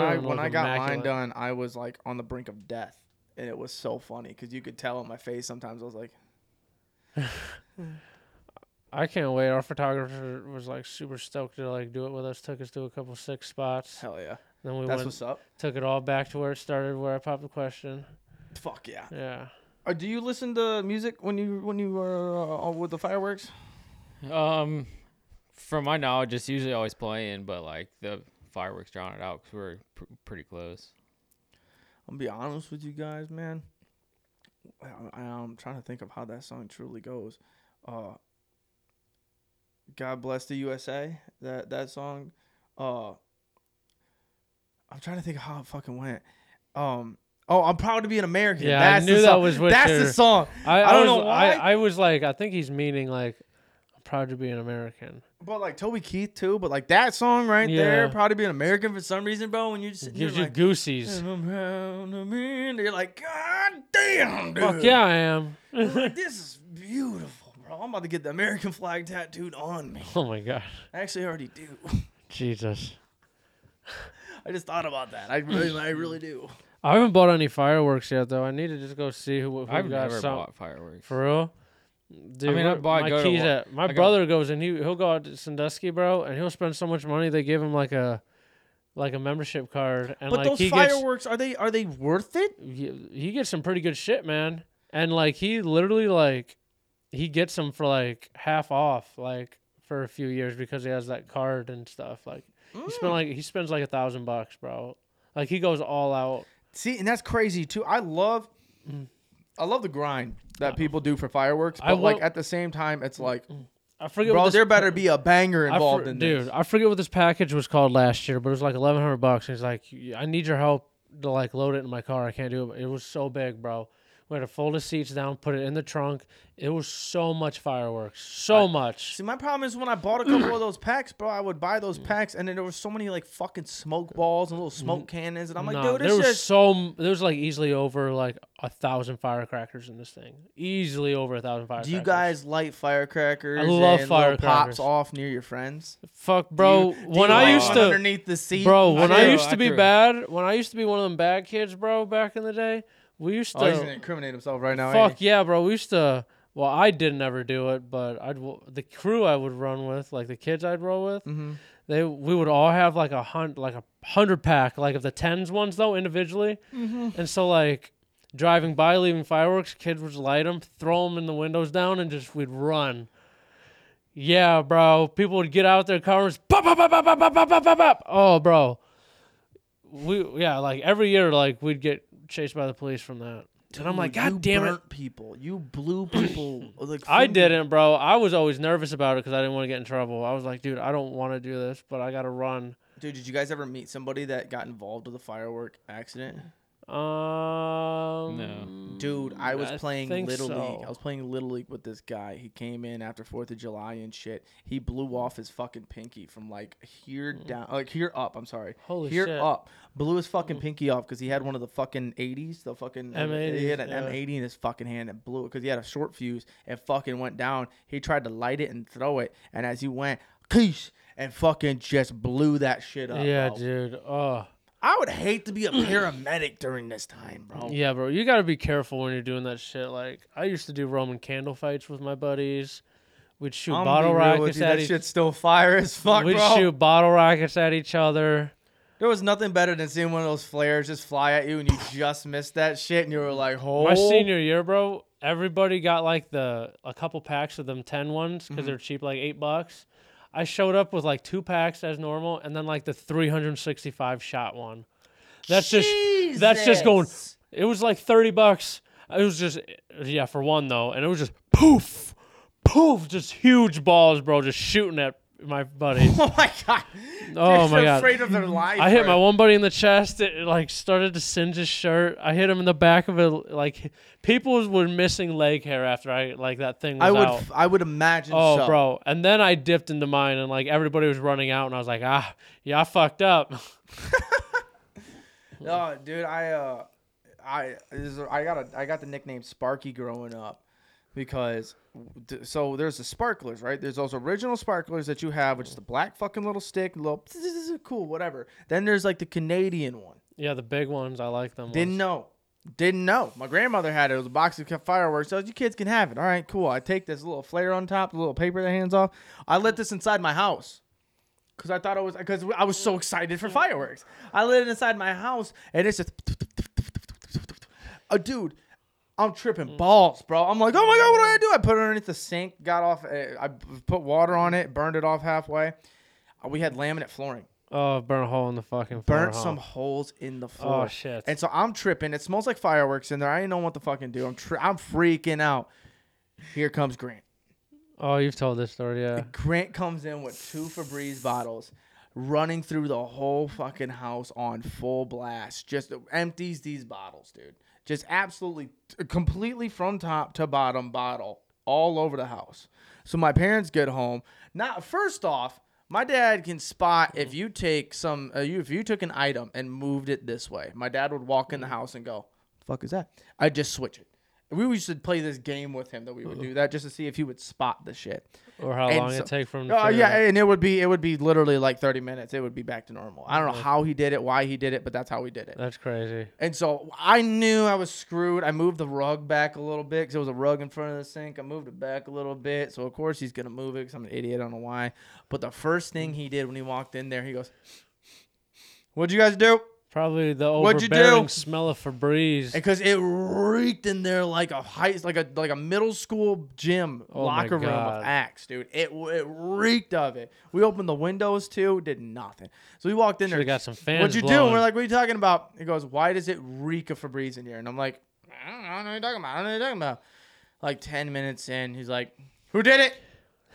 [SPEAKER 1] One of
[SPEAKER 2] I
[SPEAKER 1] them
[SPEAKER 2] when
[SPEAKER 1] look
[SPEAKER 2] I got mine
[SPEAKER 1] immaculate.
[SPEAKER 2] done, I was like on the brink of death, and it was so funny because you could tell in my face sometimes I was like,
[SPEAKER 1] I can't wait. Our photographer was like super stoked to like do it with us. Took us to a couple sick spots.
[SPEAKER 2] hell yeah.
[SPEAKER 1] Then we
[SPEAKER 2] That's
[SPEAKER 1] went,
[SPEAKER 2] what's up.
[SPEAKER 1] took it all back to where it started, where I popped the question.
[SPEAKER 2] Fuck yeah.
[SPEAKER 1] Yeah.
[SPEAKER 2] Uh, do you listen to music when you when you are uh, with the fireworks?
[SPEAKER 4] Um, from my knowledge, it's usually always playing, but like the fireworks drawing it out because we're pr- pretty close.
[SPEAKER 2] I'm gonna be honest with you guys, man. I, am trying to think of how that song truly goes. Uh, God bless the USA. That that song. Uh, I'm trying to think of how it fucking went. Um. Oh, I'm proud to be an American.
[SPEAKER 1] Yeah, I
[SPEAKER 2] that's
[SPEAKER 1] knew
[SPEAKER 2] the
[SPEAKER 1] that
[SPEAKER 2] song.
[SPEAKER 1] was what
[SPEAKER 2] That's
[SPEAKER 1] your-
[SPEAKER 2] the song. I don't
[SPEAKER 1] was,
[SPEAKER 2] know why.
[SPEAKER 1] I, I was like, I think he's meaning like, I'm proud to be an American.
[SPEAKER 2] But like Toby Keith too. But like that song right there,
[SPEAKER 1] Yeah.
[SPEAKER 2] proud to be an American for some reason, bro. When you're just sitting there
[SPEAKER 1] Gives you
[SPEAKER 2] like,
[SPEAKER 1] goosies.
[SPEAKER 2] "And I'm proud to be an-" you're like, God damn, dude.
[SPEAKER 1] Fuck yeah, I am.
[SPEAKER 2] like, this is beautiful, bro. I'm about to get the American flag tattooed on me.
[SPEAKER 1] oh my god,
[SPEAKER 2] I actually already do.
[SPEAKER 1] Jesus.
[SPEAKER 2] I just thought about that. I really, I really do.
[SPEAKER 1] I haven't bought any fireworks yet, though. I need to just go see who, who
[SPEAKER 4] I've
[SPEAKER 1] got
[SPEAKER 4] never
[SPEAKER 1] some.
[SPEAKER 4] bought fireworks.
[SPEAKER 1] For real? Dude,
[SPEAKER 4] mean, I
[SPEAKER 1] where-
[SPEAKER 4] buy-
[SPEAKER 1] my
[SPEAKER 4] go to
[SPEAKER 1] keys
[SPEAKER 4] Wa-
[SPEAKER 1] at- my
[SPEAKER 4] I go-
[SPEAKER 1] brother goes and he he'll go out to Sandusky, bro, and he'll spend so much money. They give him like a like a membership card, and
[SPEAKER 2] But
[SPEAKER 1] like he
[SPEAKER 2] those fireworks are they are they worth it?
[SPEAKER 1] gets he- he gets some pretty good shit, man. And like he literally like he gets them for like half off, like for a few years because he has that card and stuff. Like
[SPEAKER 2] Mm.
[SPEAKER 1] he spent like he spends like a thousand bucks, bro. Like he goes all out.
[SPEAKER 2] See, and that's crazy too. I love, I love the grind that people do for fireworks. But
[SPEAKER 1] Uh-huh. I Mm.
[SPEAKER 2] like
[SPEAKER 1] want-
[SPEAKER 2] at the same time, it's like,
[SPEAKER 1] I forget. what
[SPEAKER 2] bro,
[SPEAKER 1] this
[SPEAKER 2] there better be a banger
[SPEAKER 1] I
[SPEAKER 2] involved
[SPEAKER 1] for-
[SPEAKER 2] in
[SPEAKER 1] dude,
[SPEAKER 2] this.
[SPEAKER 1] I forget what this package was called last year, but it was like eleven hundred bucks. And he's like, "Y- I need your help to like load it in my car. I can't do it. It was so big, bro. We had to fold the seats down, put it in the trunk. It was so much fireworks, so much.
[SPEAKER 2] See, my problem is when I bought a couple of those packs, bro, I would buy
[SPEAKER 1] Mm.
[SPEAKER 2] those packs, and then there were so many like fucking smoke balls and little smoke cannons, and I'm like,
[SPEAKER 1] Nah,
[SPEAKER 2] dude,
[SPEAKER 1] there
[SPEAKER 2] this
[SPEAKER 1] was
[SPEAKER 2] just
[SPEAKER 1] so m- there was like easily over like a thousand firecrackers in this thing. Easily over a thousand firecrackers.
[SPEAKER 2] Do you guys light firecrackers?
[SPEAKER 1] I love
[SPEAKER 2] and little
[SPEAKER 1] firecrackers.
[SPEAKER 2] Pops off near your friends,
[SPEAKER 1] fuck, bro?
[SPEAKER 2] Do you- do
[SPEAKER 1] when
[SPEAKER 2] you
[SPEAKER 1] I
[SPEAKER 2] light
[SPEAKER 1] used
[SPEAKER 2] one
[SPEAKER 1] to,
[SPEAKER 2] underneath the seat,
[SPEAKER 1] bro, when I,
[SPEAKER 4] do.
[SPEAKER 1] used
[SPEAKER 4] I
[SPEAKER 1] to be
[SPEAKER 4] do.
[SPEAKER 1] bad, when I used to be one of them bad kids, bro, back in the day, we used
[SPEAKER 2] oh,
[SPEAKER 1] to.
[SPEAKER 2] he's gonna incriminate himself right now. eh? ain't
[SPEAKER 1] Fuck yeah, bro. We used to. Well, I didn't ever do it, but I'd w- the crew I would run with, like the kids I'd roll with.
[SPEAKER 2] he? Mhm.
[SPEAKER 1] They we would all have like a hunt, like a hundred pack, like of the tens ones though individually.
[SPEAKER 2] Mm-hmm.
[SPEAKER 1] And so like driving by, leaving fireworks, kids would light them, throw them in the windows down, and just we'd run. Yeah, bro. People would get out their cars, pop, pop, pop, pop, pop, pop, pop, pop, pop, pop. Oh, bro. We yeah, like every year, like we'd get chased by the police from that. And I'm like,
[SPEAKER 2] Dude, you
[SPEAKER 1] God damn it.
[SPEAKER 2] burnt People, you blew people. like,
[SPEAKER 1] I
[SPEAKER 2] from-
[SPEAKER 1] didn't, bro. I was always nervous about it because I didn't want to get in trouble. I was like, dude, I don't want to do this, but I gotta run.
[SPEAKER 2] Dude, did you guys ever meet somebody that got involved with a firework accident?
[SPEAKER 1] Um,
[SPEAKER 2] Dude, I was
[SPEAKER 1] I
[SPEAKER 2] playing
[SPEAKER 1] think
[SPEAKER 2] Little
[SPEAKER 1] so.
[SPEAKER 2] League. I was playing Little League with this guy. He came in after Fourth of July and shit. He
[SPEAKER 1] Mm.
[SPEAKER 2] blew off his fucking pinky from like here down, like here up. I'm sorry,
[SPEAKER 1] Holy
[SPEAKER 2] here
[SPEAKER 1] shit. Mm.
[SPEAKER 2] up. Blew his fucking pinky off because he had one of the fucking 80s, the fucking
[SPEAKER 1] M80s,
[SPEAKER 2] He had an
[SPEAKER 1] yeah.
[SPEAKER 2] M80 in his fucking hand and blew it because he had a short fuse and fucking went down. He tried to light it and throw it, and as he went, keesh, and fucking just blew that shit up.
[SPEAKER 1] Yeah,
[SPEAKER 2] bro.
[SPEAKER 1] dude. Oh,
[SPEAKER 2] I would hate to be a paramedic during this time, bro.
[SPEAKER 1] yeah, bro. You gotta be careful when you're doing that shit. Like, I used to do Roman candle fights with my buddies. We'd shoot
[SPEAKER 2] I'm
[SPEAKER 1] bottle
[SPEAKER 2] be real
[SPEAKER 1] rockets
[SPEAKER 2] with you,
[SPEAKER 1] at
[SPEAKER 2] that
[SPEAKER 1] each.
[SPEAKER 2] shit's still fire as fuck,
[SPEAKER 1] We'd
[SPEAKER 2] bro.
[SPEAKER 1] shoot bottle rockets at each other.
[SPEAKER 2] There was nothing better than seeing one of those flares just fly at you and you just missed that shit and you were like, "Holy!"
[SPEAKER 1] My senior year, bro, everybody got like the a couple packs of them ten ones because they're cheap, like eight bucks. I showed up with like two packs as normal, and then like the 365 shot one. That's just that's just going.
[SPEAKER 2] Jesus.
[SPEAKER 1] It was like 30 bucks. It was just yeah for one though, and it was just poof, poof, just huge balls, bro, just shooting at my buddy.
[SPEAKER 2] Oh my god!
[SPEAKER 1] Oh
[SPEAKER 2] Dudes
[SPEAKER 1] my
[SPEAKER 2] are
[SPEAKER 1] God.
[SPEAKER 2] Afraid of their life.
[SPEAKER 1] I hit my
[SPEAKER 2] bro.
[SPEAKER 1] one buddy in the chest. It it, like started to singe his shirt. I hit him in the back of it. Like people were missing leg hair after I like that thing. Was
[SPEAKER 2] I would.
[SPEAKER 1] out.
[SPEAKER 2] f- I would imagine.
[SPEAKER 1] oh,
[SPEAKER 2] so.
[SPEAKER 1] bro! And then I dipped into mine, and like everybody was running out, and I was like, ah, yeah, I fucked up.
[SPEAKER 2] Oh, dude, I uh, I this is, I got a I got the nickname Sparky growing up because d- so there's the sparklers, right? There's those original sparklers that you have, which is the black fucking little stick, little cool, whatever. Then there's like the Canadian one.
[SPEAKER 1] yeah, the big ones. I like them.
[SPEAKER 2] Didn't
[SPEAKER 1] ones.
[SPEAKER 2] know. Didn't know. My grandmother had it. It was a box of fireworks. So you kids can have it. All right, cool. I take this little flare on top, the little paper that hands off. I let this inside my house. because I thought it was because I was so excited for fireworks. I lit it inside my house, and it's just a dude. I'm tripping balls, bro. I'm like, oh my god, what do I do? I put it underneath the sink, got off. eh, I put water on it, burned it off halfway. Uh, We had laminate flooring,
[SPEAKER 1] Oh, burn a hole in the fucking floor.
[SPEAKER 2] burnt
[SPEAKER 1] huh?
[SPEAKER 2] some holes in the floor.
[SPEAKER 1] Oh shit.
[SPEAKER 2] And so I'm tripping. It smells like fireworks in there. I didn't know what to fucking do. I'm tri- I'm freaking out. Here comes Grant.
[SPEAKER 1] oh, you've told this story, yeah.
[SPEAKER 2] Grant comes in with two Febreze bottles, running through the whole fucking house on full blast. Just empties these bottles, dude. Just absolutely, completely from top to bottom, bottle all over the house. So my parents get home. Now, first off, my dad can spot if you take some, uh, you, if you took an item and moved it this way. My dad would walk in the house and go, "The Mm-hmm. "Fuck is that?" I just switch it. We used to play this game with him that we would do that just to see if he would spot the shit.
[SPEAKER 1] Or how
[SPEAKER 2] and
[SPEAKER 1] long
[SPEAKER 2] so-
[SPEAKER 1] it take from?
[SPEAKER 2] Oh yeah, and it would be it would be literally like thirty minutes. It would be back to normal. I don't know how he did it, why he did it, but that's how we did it.
[SPEAKER 1] That's crazy.
[SPEAKER 2] And so I knew I was screwed. I moved the rug back a little bit because there was a rug in front of the sink. I moved it back a little bit. So of course he's gonna move it because I'm an idiot. I don't know why. But the first thing he did when he walked in there, he goes, "What'd you guys do?"
[SPEAKER 1] Probably the
[SPEAKER 2] What'd you do?
[SPEAKER 1] overbearing smell of Febreze.
[SPEAKER 2] Because it reeked in there like a high, like a like a middle school gym
[SPEAKER 1] Oh my
[SPEAKER 2] locker room
[SPEAKER 1] God.
[SPEAKER 2] of Axe, dude. It it reeked of it. We opened the windows too, did nothing. So we walked in
[SPEAKER 1] Should've
[SPEAKER 2] there.
[SPEAKER 1] got some fans.
[SPEAKER 2] What'd you do?
[SPEAKER 1] blowing.
[SPEAKER 2] And we're like, what are you talking about? He goes, why does it reek of Febreze in here? And I'm like, I don't know, I don't know what you're talking about. I don't know what you're talking about. Like ten minutes in, he's like, who did it?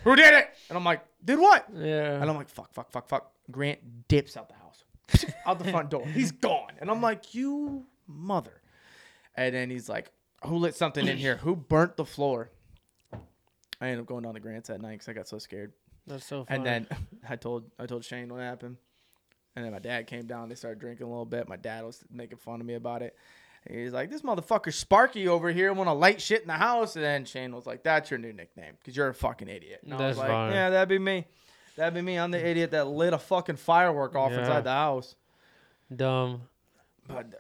[SPEAKER 2] Who did it? And I'm like, did what?
[SPEAKER 1] yeah.
[SPEAKER 2] And I'm like, fuck, fuck, fuck, fuck. Grant dips out the house, out the front door. He's gone. And I'm like, you mother. And then he's like, who lit something in here? Who burnt the floor? I ended up going down to Grant's that night because I got so scared.
[SPEAKER 1] That's so funny.
[SPEAKER 2] And then I told I told Shane what happened. And then my dad came down. They started drinking a little bit. My dad was making fun of me about it. He's like, "This motherfucker Sparky over here want to light shit in the house." And then Shane was like, "That's your new nickname because you're a fucking idiot." And I was
[SPEAKER 1] That's
[SPEAKER 2] like,
[SPEAKER 1] fine.
[SPEAKER 2] "Yeah, that'd be me. That'd be me. I'm the idiot that lit a fucking firework off
[SPEAKER 1] Yeah.
[SPEAKER 2] inside the house."
[SPEAKER 1] dumb.
[SPEAKER 2] But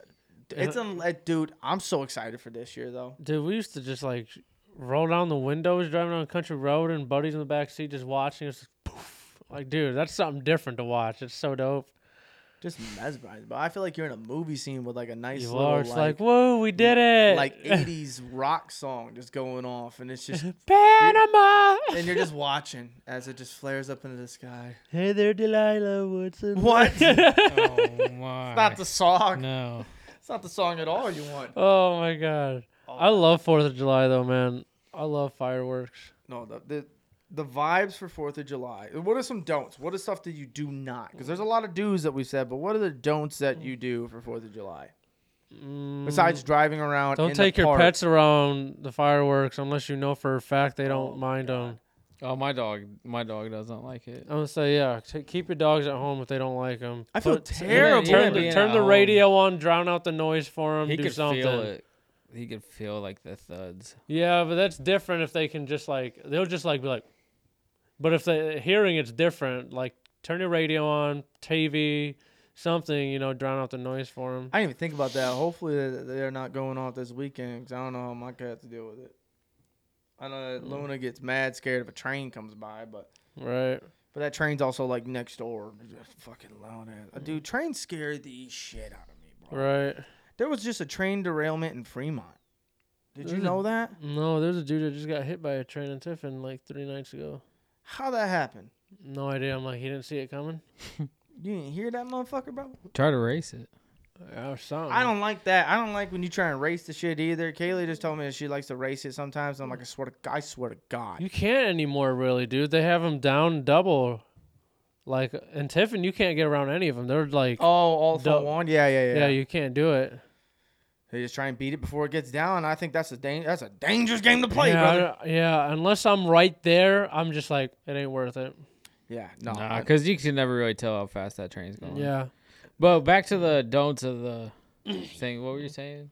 [SPEAKER 2] it's a dude. I'm so excited for this year though.
[SPEAKER 1] Dude, we used to just like roll down the windows driving on country road and buddies in the back seat just watching us. Poof. Like, dude, that's something different to watch. It's so dope.
[SPEAKER 2] Just mesmerized. But I feel like you're in a movie scene with like a nice
[SPEAKER 1] You
[SPEAKER 2] little
[SPEAKER 1] are. It's
[SPEAKER 2] like
[SPEAKER 1] like, whoa, we did it.
[SPEAKER 2] like 80s rock song just going off and it's just
[SPEAKER 1] Panama.
[SPEAKER 2] and you're just watching as it just flares up into the sky.
[SPEAKER 1] hey there, Delilah Woodson.
[SPEAKER 2] What? it's
[SPEAKER 4] Oh my.
[SPEAKER 2] not the song.
[SPEAKER 4] no.
[SPEAKER 2] It's not the song at all you want.
[SPEAKER 1] Oh my god. I love Fourth of July though, man. I love fireworks.
[SPEAKER 2] No, the the, the vibes for 4th of July. What are some don'ts? What is stuff that you do not? Cuz there's a lot of do's that we said, but what are the don'ts that you do for 4th of July? Besides driving around
[SPEAKER 1] Mm, Don't
[SPEAKER 2] in the
[SPEAKER 1] take your
[SPEAKER 2] park.
[SPEAKER 1] pets around the fireworks unless you know for a fact they don't mind them.
[SPEAKER 4] Oh, my dog. My dog doesn't like it.
[SPEAKER 1] I'm gonna say yeah. T- keep your dogs at home if they don't like them.
[SPEAKER 2] I feel
[SPEAKER 4] Turn-
[SPEAKER 2] terrible.
[SPEAKER 4] Yeah,
[SPEAKER 1] Turn,
[SPEAKER 4] being
[SPEAKER 1] the,
[SPEAKER 4] at
[SPEAKER 1] turn the
[SPEAKER 4] home.
[SPEAKER 1] radio on, drown out the noise for them.
[SPEAKER 4] He
[SPEAKER 1] do
[SPEAKER 4] could
[SPEAKER 1] something.
[SPEAKER 4] feel it. He could feel like the thuds.
[SPEAKER 1] Yeah, but that's different if they can just like they'll just like be like. But if the hearing it's different, like turn your radio on, TV, something you know, drown out the noise for them.
[SPEAKER 2] I didn't even think about that. Hopefully they- they're not going off this weekend because I don't know how my cats deal with it. I know
[SPEAKER 1] Mm.
[SPEAKER 2] that Luna gets mad scared if a train comes by, but
[SPEAKER 1] Right.
[SPEAKER 2] but that train's also like next door. Just fucking loud ass. Uh, Dude, trains scare the shit out of me, bro.
[SPEAKER 1] Right.
[SPEAKER 2] There was just a train derailment in Fremont. Did you
[SPEAKER 1] There's a-
[SPEAKER 2] know that?
[SPEAKER 1] No, there's a dude that just got hit by a train in Tiffin like three nights ago.
[SPEAKER 2] How that happened?
[SPEAKER 1] No idea. I'm like, he didn't see it coming.
[SPEAKER 2] You didn't hear that motherfucker, bro?
[SPEAKER 4] Try to race it.
[SPEAKER 1] Or something.
[SPEAKER 2] I don't like that. I don't like when you try and race the shit either. Kaylee just told me that she likes to race it sometimes. And I'm like, I swear to God, I swear to God.
[SPEAKER 1] You can't anymore, really, dude. They have them down double. Like in Tiffin, you can't get around any of them. They're like,
[SPEAKER 2] oh, all for
[SPEAKER 1] Duh.
[SPEAKER 2] one? Yeah, yeah, yeah.
[SPEAKER 1] yeah, you can't do it.
[SPEAKER 2] They just try and beat it before it gets down. I think that's a dang- that's a dangerous game to play,
[SPEAKER 1] yeah, I
[SPEAKER 2] brother.
[SPEAKER 1] don't- yeah, unless I'm right there, I'm just like, it ain't worth it.
[SPEAKER 2] Yeah, no.
[SPEAKER 4] Nah,
[SPEAKER 2] I-
[SPEAKER 4] because you can never really tell how fast that train's going.
[SPEAKER 1] Yeah.
[SPEAKER 4] But back to the don'ts of the thing. What were you saying?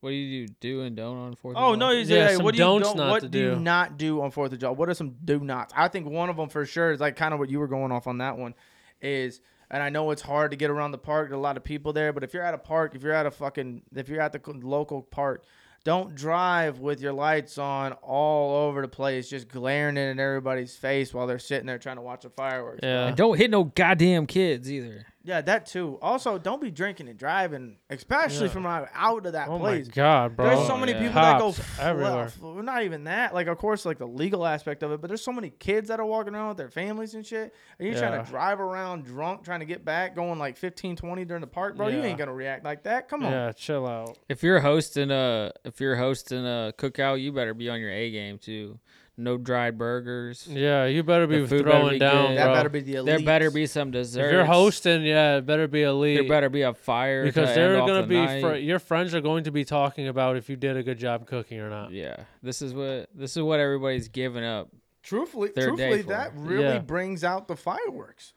[SPEAKER 4] What do you do and don't on Fourth?
[SPEAKER 2] oh no, you
[SPEAKER 1] Yeah,
[SPEAKER 2] say, hey,
[SPEAKER 1] some
[SPEAKER 2] what do you
[SPEAKER 1] don'ts
[SPEAKER 2] don't,
[SPEAKER 1] not
[SPEAKER 2] what
[SPEAKER 1] to
[SPEAKER 2] do you
[SPEAKER 1] do.
[SPEAKER 2] not do on Fourth of July? What are some do nots? I think one of them for sure is like kind of what you were going off on that one is. And I know it's hard to get around the park. There's a lot of people there, but if you're at a park, if you're at a fucking, if you're at the co- local park, Don't drive with your lights on all over the place, just glaring in at everybody's face while they're sitting there trying to watch the fireworks.
[SPEAKER 5] Yeah.
[SPEAKER 6] And don't hit no goddamn kids either.
[SPEAKER 2] Yeah, that too. Also, don't be drinking and driving, especially from out- out of that
[SPEAKER 1] Oh
[SPEAKER 2] place.
[SPEAKER 1] my god, bro.
[SPEAKER 2] There's so many
[SPEAKER 4] yeah.
[SPEAKER 2] people
[SPEAKER 1] Cops
[SPEAKER 2] that go
[SPEAKER 1] everywhere.
[SPEAKER 2] everywhere. Well, not even that. Like, of course, like the legal aspect of it, but there's so many kids that are walking around with their families and shit. And you're trying
[SPEAKER 1] Yeah.
[SPEAKER 2] to drive around drunk, trying to get back, going like 15, 20 during the park, bro. You
[SPEAKER 1] Yeah.
[SPEAKER 2] ain't gonna react like that. Come on.
[SPEAKER 1] Yeah, chill out.
[SPEAKER 4] If you're hosting a if you're hosting a cookout, you better be on your A game too. No dried burgers.
[SPEAKER 1] Yeah, you better be
[SPEAKER 4] The food better
[SPEAKER 1] throwing
[SPEAKER 4] be
[SPEAKER 1] down,
[SPEAKER 4] good.
[SPEAKER 2] That
[SPEAKER 1] bro.
[SPEAKER 2] better be the elite.
[SPEAKER 4] There better be some dessert.
[SPEAKER 1] if you're hosting, yeah, it better be elite.
[SPEAKER 4] there better be a fire
[SPEAKER 1] because
[SPEAKER 4] to
[SPEAKER 1] they're
[SPEAKER 4] end off
[SPEAKER 1] gonna
[SPEAKER 4] the
[SPEAKER 1] be fr-
[SPEAKER 4] night.
[SPEAKER 1] your friends are going to be talking about if you did a good job cooking or not.
[SPEAKER 4] yeah. This is what this is what everybody's giving up.
[SPEAKER 2] truthfully,
[SPEAKER 4] they're
[SPEAKER 2] truthfully,
[SPEAKER 4] day for
[SPEAKER 2] that
[SPEAKER 4] it.
[SPEAKER 2] really
[SPEAKER 1] Yeah.
[SPEAKER 2] brings out the fireworks.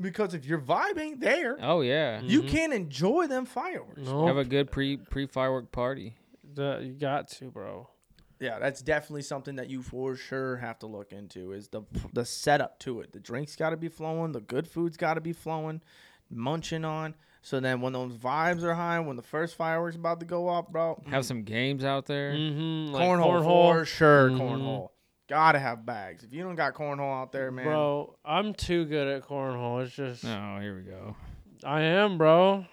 [SPEAKER 2] Because if your vibe ain't there,
[SPEAKER 4] Oh yeah.
[SPEAKER 2] you can't enjoy them fireworks.
[SPEAKER 1] No,
[SPEAKER 4] Have a good pre pre firework party.
[SPEAKER 1] that- you got to, bro.
[SPEAKER 2] Yeah, that's definitely something that you for sure have to look into is the the setup to it. The drinks got to be flowing, the good food's got to be flowing, munching on. So then when those vibes are high, when the first fireworks about to go off, bro,
[SPEAKER 1] Mm,
[SPEAKER 2] mm,
[SPEAKER 4] Have some games out there.
[SPEAKER 1] Mm-hmm,
[SPEAKER 2] cornhole, for sure, cornhole. Gotta have bags. If you don't got cornhole out there, man,
[SPEAKER 1] bro. I'm too good at cornhole. It's just
[SPEAKER 4] Oh, here we go.
[SPEAKER 1] I am, bro.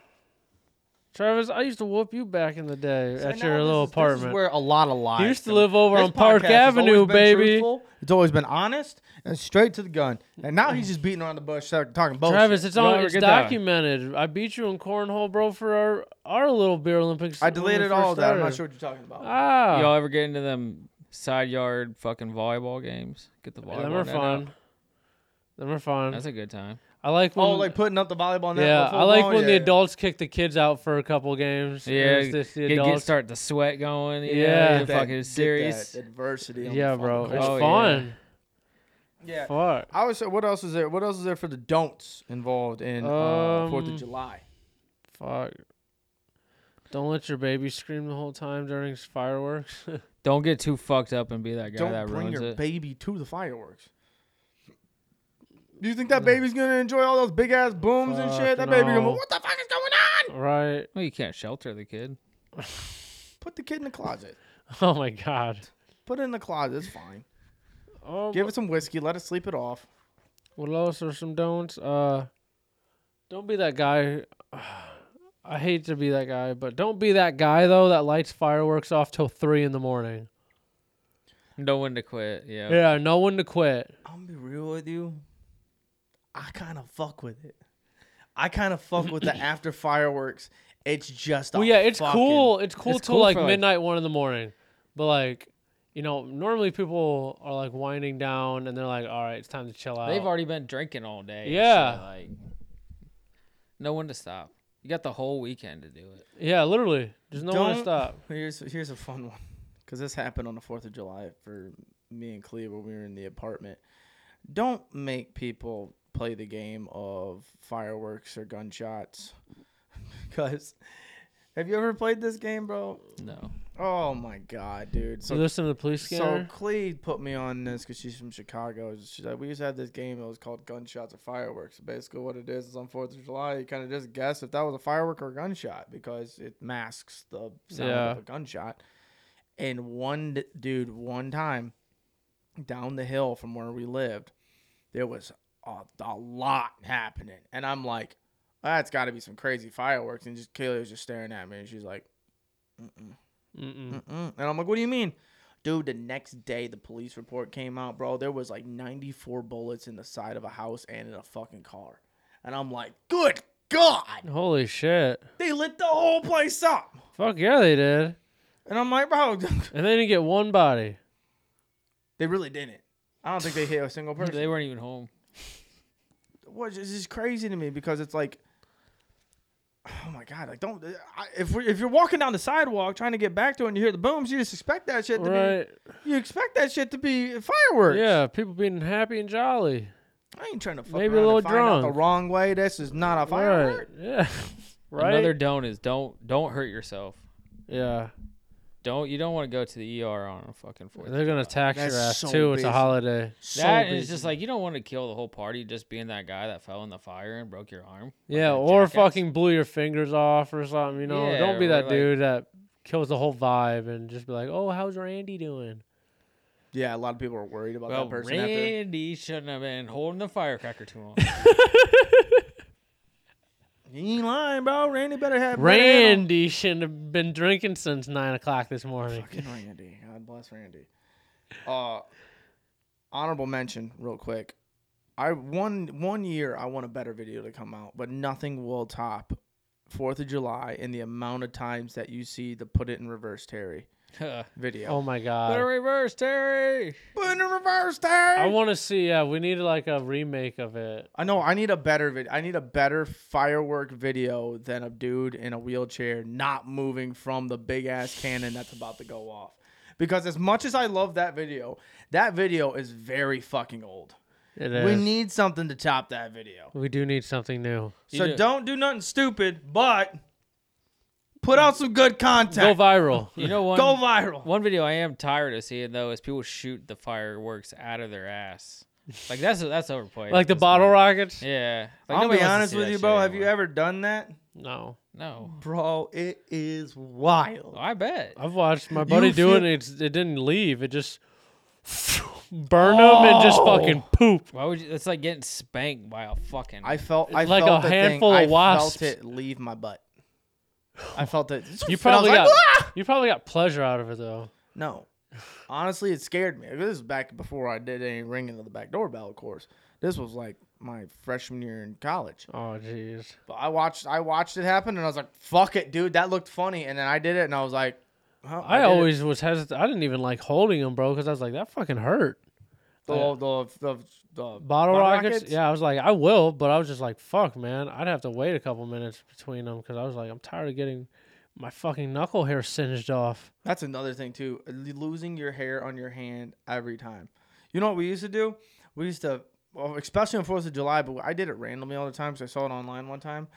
[SPEAKER 1] Travis, I used to whoop you back in the day
[SPEAKER 2] So
[SPEAKER 1] at
[SPEAKER 2] now
[SPEAKER 1] your
[SPEAKER 2] this
[SPEAKER 1] little
[SPEAKER 2] is- this is
[SPEAKER 1] apartment.
[SPEAKER 2] where a lot of lies.
[SPEAKER 1] You used to
[SPEAKER 2] come-
[SPEAKER 1] live over
[SPEAKER 2] This
[SPEAKER 1] on Park
[SPEAKER 2] podcast has always
[SPEAKER 1] Avenue,
[SPEAKER 2] been
[SPEAKER 1] baby.
[SPEAKER 2] truthful. It's always been honest and straight to the gun. And now he's just beating around the bush, start talking bullshit.
[SPEAKER 1] Travis, it's
[SPEAKER 4] You don't
[SPEAKER 1] on.
[SPEAKER 4] ever
[SPEAKER 1] It's
[SPEAKER 4] get that.
[SPEAKER 1] documented. I beat you in cornhole, bro, for our our little beer Olympics.
[SPEAKER 2] I
[SPEAKER 1] when we
[SPEAKER 2] deleted
[SPEAKER 1] first
[SPEAKER 2] all of that. I'm not
[SPEAKER 1] started.
[SPEAKER 2] sure what you're talking about.
[SPEAKER 1] Ah,
[SPEAKER 4] Y'all ever get into them side yard fucking volleyball games? Get the volleyball.
[SPEAKER 1] them are
[SPEAKER 4] net out.
[SPEAKER 1] fun. Them are fun.
[SPEAKER 4] That's a good time.
[SPEAKER 1] I like when.
[SPEAKER 2] oh, like putting up the volleyball net.
[SPEAKER 1] yeah,
[SPEAKER 2] with
[SPEAKER 1] I like
[SPEAKER 2] football?
[SPEAKER 1] when the
[SPEAKER 2] Yeah.
[SPEAKER 1] adults kick the kids out for a couple games. and
[SPEAKER 4] Yeah,
[SPEAKER 1] it's just the
[SPEAKER 4] get, get
[SPEAKER 1] adults.
[SPEAKER 4] start the sweat going. You
[SPEAKER 1] Yeah.
[SPEAKER 4] yeah,
[SPEAKER 1] Get
[SPEAKER 2] That-
[SPEAKER 4] fucking
[SPEAKER 2] get
[SPEAKER 4] serious.
[SPEAKER 2] that adversity. on the
[SPEAKER 1] yeah,
[SPEAKER 2] fucking
[SPEAKER 1] bro,
[SPEAKER 2] court.
[SPEAKER 1] it's
[SPEAKER 4] Oh, yeah.
[SPEAKER 1] fun.
[SPEAKER 4] Oh,
[SPEAKER 2] Yeah.
[SPEAKER 1] Fuck.
[SPEAKER 2] I was. uh, What else is there? What else is there for the don'ts involved in uh, Fourth
[SPEAKER 1] Um,
[SPEAKER 2] of July?
[SPEAKER 1] Fuck. Don't let your baby scream the whole time during s- fireworks.
[SPEAKER 4] Don't get too fucked up and be that guy
[SPEAKER 2] Don't
[SPEAKER 4] that
[SPEAKER 2] bring
[SPEAKER 4] ruins
[SPEAKER 2] your
[SPEAKER 4] it.
[SPEAKER 2] baby to the fireworks. Do you think that baby's gonna enjoy all those big ass booms and
[SPEAKER 1] Fuck
[SPEAKER 2] shit? That baby gonna
[SPEAKER 1] no.
[SPEAKER 2] be, what the fuck is going on?
[SPEAKER 1] right.
[SPEAKER 4] well, you can't shelter the kid.
[SPEAKER 2] Put the kid in the closet.
[SPEAKER 1] Oh my god.
[SPEAKER 2] Put it in the closet. It's fine.
[SPEAKER 1] Oh,
[SPEAKER 2] Give it some whiskey. Let it sleep it off.
[SPEAKER 1] What else are some don'ts? Uh, don't be that guy. I hate to be that guy, but don't be that guy though that lights fireworks off till three in the morning.
[SPEAKER 4] No one to quit. Yeah.
[SPEAKER 1] Yeah, no one to quit.
[SPEAKER 2] I'm gonna be real with you. I kind of fuck with it. I kind of fuck with the after fireworks. It's just. a
[SPEAKER 1] well, yeah, it's
[SPEAKER 2] fucking-
[SPEAKER 1] cool. It's cool
[SPEAKER 4] It's
[SPEAKER 1] till
[SPEAKER 4] cool
[SPEAKER 1] like
[SPEAKER 4] for, like-
[SPEAKER 1] midnight, one in the morning. But like, you know, normally people are like winding down and they're like, all right, it's time to chill out.
[SPEAKER 4] They've already been drinking all day. so,
[SPEAKER 1] Yeah.
[SPEAKER 4] like no one to stop. You got the whole weekend to do it.
[SPEAKER 1] yeah, literally, there's no one to
[SPEAKER 2] Don't-
[SPEAKER 1] stop.
[SPEAKER 2] Here's here's a fun one, because this happened on the Fourth of July for me and Clea when we were in the apartment. Don't make people play the game of fireworks or gunshots, because have you ever played this game, bro?
[SPEAKER 4] No.
[SPEAKER 2] Oh my god, dude!
[SPEAKER 1] you listen to the police
[SPEAKER 2] So
[SPEAKER 1] scanner.
[SPEAKER 2] Clee put me on this because she's from Chicago. She's like, we used to have this game. It was called Gunshots or Fireworks. Basically, what it is is on Fourth of July, you kind of just guess if that was a firework or a gunshot because it masks the sound
[SPEAKER 1] Yeah.
[SPEAKER 2] of a gunshot. And one d- dude, one time, down the hill from where we lived, there was a, a lot happening, and I'm like, that's got to be some crazy fireworks. And just Kaylee was just staring at me, and she's like. Mm-mm.
[SPEAKER 1] Mm-mm.
[SPEAKER 2] Mm-mm. And I'm like, what do you mean? Dude, the next day the police report came out, bro. There was like 94 bullets in the side of a house and in a fucking car. And I'm like, good God.
[SPEAKER 1] Holy shit!
[SPEAKER 2] They lit the whole place up.
[SPEAKER 1] Fuck yeah, they did,
[SPEAKER 2] And I'm like, bro,
[SPEAKER 1] and they didn't get one body.
[SPEAKER 2] they really didn't. I don't think they hit a single person.
[SPEAKER 4] They weren't even home.
[SPEAKER 2] Which is just crazy to me because it's like, oh my God, like, don't, I, if, we, if you're walking down the sidewalk trying to get back to it and you hear the booms, you just expect that shit to
[SPEAKER 1] Right?
[SPEAKER 2] be, you expect that shit to be fireworks.
[SPEAKER 1] Yeah, people being happy and jolly.
[SPEAKER 2] I ain't trying to fuck
[SPEAKER 1] Maybe a
[SPEAKER 2] around and
[SPEAKER 1] little
[SPEAKER 2] find out the
[SPEAKER 1] drunk.
[SPEAKER 2] wrong way. This is not a firework.
[SPEAKER 1] Right? Yeah. right.
[SPEAKER 4] Another don't is don't don't hurt yourself.
[SPEAKER 1] yeah.
[SPEAKER 4] Don't you don't want to go to the ER on a fucking fourth.
[SPEAKER 1] They're gonna tax your
[SPEAKER 2] That's
[SPEAKER 1] ass
[SPEAKER 2] so
[SPEAKER 1] too. It's
[SPEAKER 2] busy.
[SPEAKER 1] a holiday.
[SPEAKER 2] So
[SPEAKER 4] That is
[SPEAKER 2] busy.
[SPEAKER 4] just like you don't want to kill the whole party just being that guy that fell in the fire and broke your arm.
[SPEAKER 1] Yeah,
[SPEAKER 4] a
[SPEAKER 1] or
[SPEAKER 4] jackass.
[SPEAKER 1] fucking blew your fingers off or something. You know,
[SPEAKER 4] Yeah,
[SPEAKER 1] don't be
[SPEAKER 4] or
[SPEAKER 1] that
[SPEAKER 4] like-
[SPEAKER 1] dude that kills the whole vibe and just be like, "Oh, how's Randy doing?"
[SPEAKER 2] Yeah, a lot of people are worried about
[SPEAKER 4] Well,
[SPEAKER 2] that person. After.
[SPEAKER 4] Randy shouldn't have been holding the firecracker too long.
[SPEAKER 2] He ain't lying, bro. Randy better have better head on-
[SPEAKER 1] Randy shouldn't have been drinking since nine o'clock this morning.
[SPEAKER 2] Fucking Randy. God bless Randy. Uh, honorable mention, real quick. I one one year I want a better video to come out, but nothing will top Fourth of July and the amount of times that you see the put it in reverse Terry video.
[SPEAKER 1] Oh my god!
[SPEAKER 4] Better reverse, Terry.
[SPEAKER 2] Put it in reverse
[SPEAKER 1] I
[SPEAKER 2] Terry.
[SPEAKER 1] want to see. Yeah, we need like a remake of it.
[SPEAKER 2] I know. I need a better vid. I need a better firework video than a dude in a wheelchair not moving from the big ass cannon that's about to go off. Because as much as I love that video, that video is very fucking old.
[SPEAKER 1] It is.
[SPEAKER 2] We need something to top that video.
[SPEAKER 1] We do need something new.
[SPEAKER 2] So
[SPEAKER 4] do.
[SPEAKER 2] don't do nothing stupid, but
[SPEAKER 4] Mm.
[SPEAKER 2] put out some good
[SPEAKER 1] Go
[SPEAKER 2] content.
[SPEAKER 1] viral.
[SPEAKER 4] You know one.
[SPEAKER 2] Go viral.
[SPEAKER 4] One video I am tired of seeing though is people shoot the fireworks out of their ass. Like that's that's overplayed.
[SPEAKER 1] like
[SPEAKER 4] at
[SPEAKER 1] the
[SPEAKER 4] this
[SPEAKER 1] bottle
[SPEAKER 4] point.
[SPEAKER 1] rockets.
[SPEAKER 4] Yeah. Like,
[SPEAKER 2] I'll
[SPEAKER 4] nobody
[SPEAKER 2] be
[SPEAKER 4] wants to
[SPEAKER 2] honest
[SPEAKER 4] see
[SPEAKER 2] with
[SPEAKER 4] that
[SPEAKER 2] you,
[SPEAKER 4] shit
[SPEAKER 2] bro. Have you
[SPEAKER 4] anymore.
[SPEAKER 2] ever done that?
[SPEAKER 1] No,
[SPEAKER 4] No.
[SPEAKER 2] Bro, it is wild.
[SPEAKER 4] I bet.
[SPEAKER 1] I've watched my buddy do it.
[SPEAKER 2] feel-
[SPEAKER 1] And it's, it didn't leave. It just burned them and just
[SPEAKER 2] Oh.
[SPEAKER 1] fucking poop.
[SPEAKER 4] Why would you? It's like getting spanked by a fucking.
[SPEAKER 2] I felt I
[SPEAKER 1] Like
[SPEAKER 2] felt
[SPEAKER 1] a
[SPEAKER 2] the thing.
[SPEAKER 1] handful of
[SPEAKER 2] I
[SPEAKER 1] wasps.
[SPEAKER 2] felt it leave my butt. I felt it.
[SPEAKER 1] You
[SPEAKER 2] and I was
[SPEAKER 1] probably
[SPEAKER 2] like,
[SPEAKER 1] got
[SPEAKER 2] "Ah!"
[SPEAKER 1] you probably got pleasure out of it though.
[SPEAKER 2] No. Honestly, it scared me. This is back before I did any ringing of the back doorbell, of course. This was like my freshman year in college.
[SPEAKER 1] Oh jeez.
[SPEAKER 2] But I watched I watched it happen and I was like, fuck it, dude, that looked funny. And then I did it and I was like, huh,
[SPEAKER 1] I,
[SPEAKER 2] did it.
[SPEAKER 1] always was hesitant. I didn't even like holding them, bro, because I was like that fucking hurt.
[SPEAKER 2] the, the, the, the
[SPEAKER 1] Bottle rockets? Yeah, I was like I will, but I was just like fuck, man. I'd have to wait a couple minutes between them because I was like I'm tired of getting my fucking knuckle hair singed off.
[SPEAKER 2] That's another thing too. l- Losing your hair on your hand every time. You know what we used to do? We used to, well, especially on Fourth of July, but I did it randomly all the time because I saw it online one time,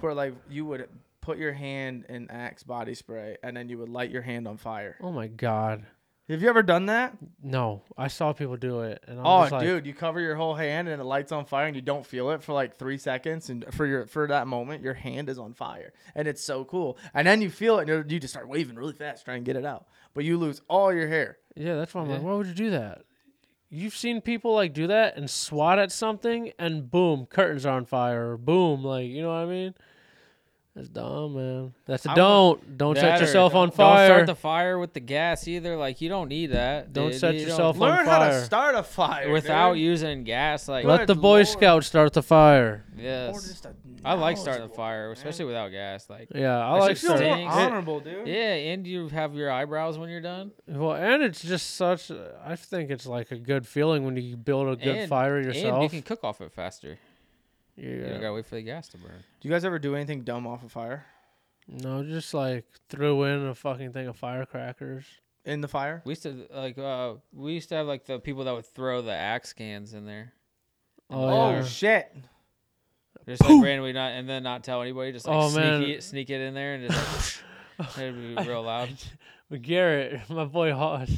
[SPEAKER 2] where like you would put your hand in Axe body spray and then you would light your hand on fire.
[SPEAKER 1] Oh my god.
[SPEAKER 2] Have you ever done that?
[SPEAKER 1] No, I saw people do it, and I'm
[SPEAKER 2] oh,
[SPEAKER 1] just like,
[SPEAKER 2] dude, you cover your whole hand and it lights on fire and you don't feel it for like three seconds and for your for that moment your hand is on fire and it's so cool and then you feel it and you're- you just start waving really fast trying to get it out but you lose all your hair.
[SPEAKER 1] yeah, that's why I'm like, why would you do that? You've seen people like do that and swat at something, and boom, curtains are on fire. Or boom, like you know what I mean? That's dumb, man. That's a
[SPEAKER 2] I
[SPEAKER 1] don't. don't
[SPEAKER 4] That
[SPEAKER 1] set
[SPEAKER 4] or
[SPEAKER 1] yourself on
[SPEAKER 4] Don't
[SPEAKER 1] fire.
[SPEAKER 4] start the fire with the gas either. Like you don't need that.
[SPEAKER 1] Don't
[SPEAKER 4] dude.
[SPEAKER 1] set
[SPEAKER 4] You
[SPEAKER 1] yourself on
[SPEAKER 2] Learn how to
[SPEAKER 1] fire.
[SPEAKER 2] start a fire
[SPEAKER 4] without
[SPEAKER 2] dude.
[SPEAKER 4] using gas. Like
[SPEAKER 1] Let the
[SPEAKER 2] Good
[SPEAKER 1] Boy
[SPEAKER 2] Lord.
[SPEAKER 1] Scout start the fire.
[SPEAKER 2] Or
[SPEAKER 4] yes.
[SPEAKER 2] just a
[SPEAKER 4] I like
[SPEAKER 2] knowledgeable-
[SPEAKER 4] starting the fire, especially without gas. Like
[SPEAKER 1] Yeah, I
[SPEAKER 4] It's
[SPEAKER 1] like
[SPEAKER 4] just
[SPEAKER 2] Feel more
[SPEAKER 1] starting.
[SPEAKER 4] Stinks.
[SPEAKER 2] honorable, dude.
[SPEAKER 4] yeah, and you have your eyebrows when you're done.
[SPEAKER 1] Well, and it's just such. I think it's like a good feeling when you build a good
[SPEAKER 4] and,
[SPEAKER 1] fire
[SPEAKER 4] And you
[SPEAKER 1] yourself.
[SPEAKER 4] can cook off it faster. You don't
[SPEAKER 1] yeah.
[SPEAKER 4] gotta wait for the gas to burn.
[SPEAKER 2] Do you guys ever do anything dumb off a fire?
[SPEAKER 1] No, just like threw in a fucking thing of firecrackers.
[SPEAKER 2] In the fire?
[SPEAKER 4] We used to like uh we used to have like the people that would throw the axe cans in there.
[SPEAKER 1] Oh,
[SPEAKER 2] Oh,
[SPEAKER 1] yeah.
[SPEAKER 2] shit.
[SPEAKER 4] Just like randomly not and then not tell anybody, just like
[SPEAKER 1] Oh, man.
[SPEAKER 4] sneak it sneak it in there and just like, it'd be real loud.
[SPEAKER 1] But Garrett, my boy Hawes,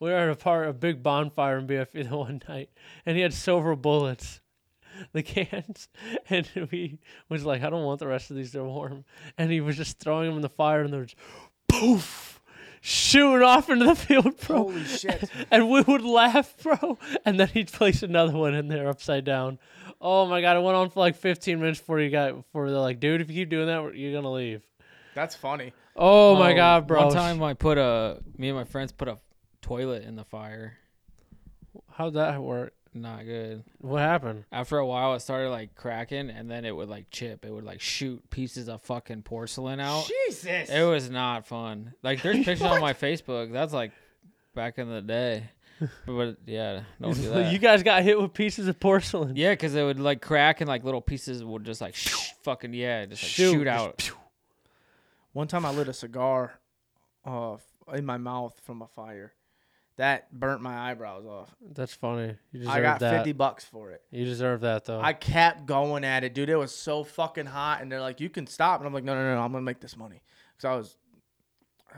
[SPEAKER 1] we were at a part a big bonfire in BFE the one night, and he had silver bullets, the cans, and we was like, I don't want the rest of these; they're warm. And he was just throwing them in the fire, and they were just poof, shooting off into the field, bro.
[SPEAKER 2] Holy shit.
[SPEAKER 1] And we would laugh, bro. And then he'd place another one in there upside down. Oh my god! It went on for like 15 minutes before you got before they're like, dude, if you keep doing that, we're- you're gonna leave.
[SPEAKER 2] That's funny.
[SPEAKER 1] Oh, my
[SPEAKER 4] Um,
[SPEAKER 1] god, bro!
[SPEAKER 4] One time I put a me and my friends put a toilet in the fire.
[SPEAKER 1] how'd that work?
[SPEAKER 4] Not good.
[SPEAKER 1] What happened?
[SPEAKER 4] After a while it started like cracking and then it would like chip. It would like shoot pieces of fucking porcelain out.
[SPEAKER 2] Jesus.
[SPEAKER 4] It was not fun. Like there's pictures on my Facebook. That's like back in the day. But yeah, don't do that.
[SPEAKER 1] You guys got hit with pieces of porcelain.
[SPEAKER 4] Yeah, because it would like crack and like little pieces would just like sh- fucking yeah, just like,
[SPEAKER 1] Shoot,
[SPEAKER 4] shoot,
[SPEAKER 1] just
[SPEAKER 4] out.
[SPEAKER 2] One time I lit a cigar uh, f- in my mouth from a fire. That burnt my eyebrows off.
[SPEAKER 1] That's funny. You deserve
[SPEAKER 2] I got
[SPEAKER 1] that.
[SPEAKER 2] 50 bucks for it.
[SPEAKER 1] You deserve that though.
[SPEAKER 2] I kept going at it, dude. It was so fucking hot, and they're like, "You can stop," and I'm like, "No, no, no, I'm gonna make this money." Because I was,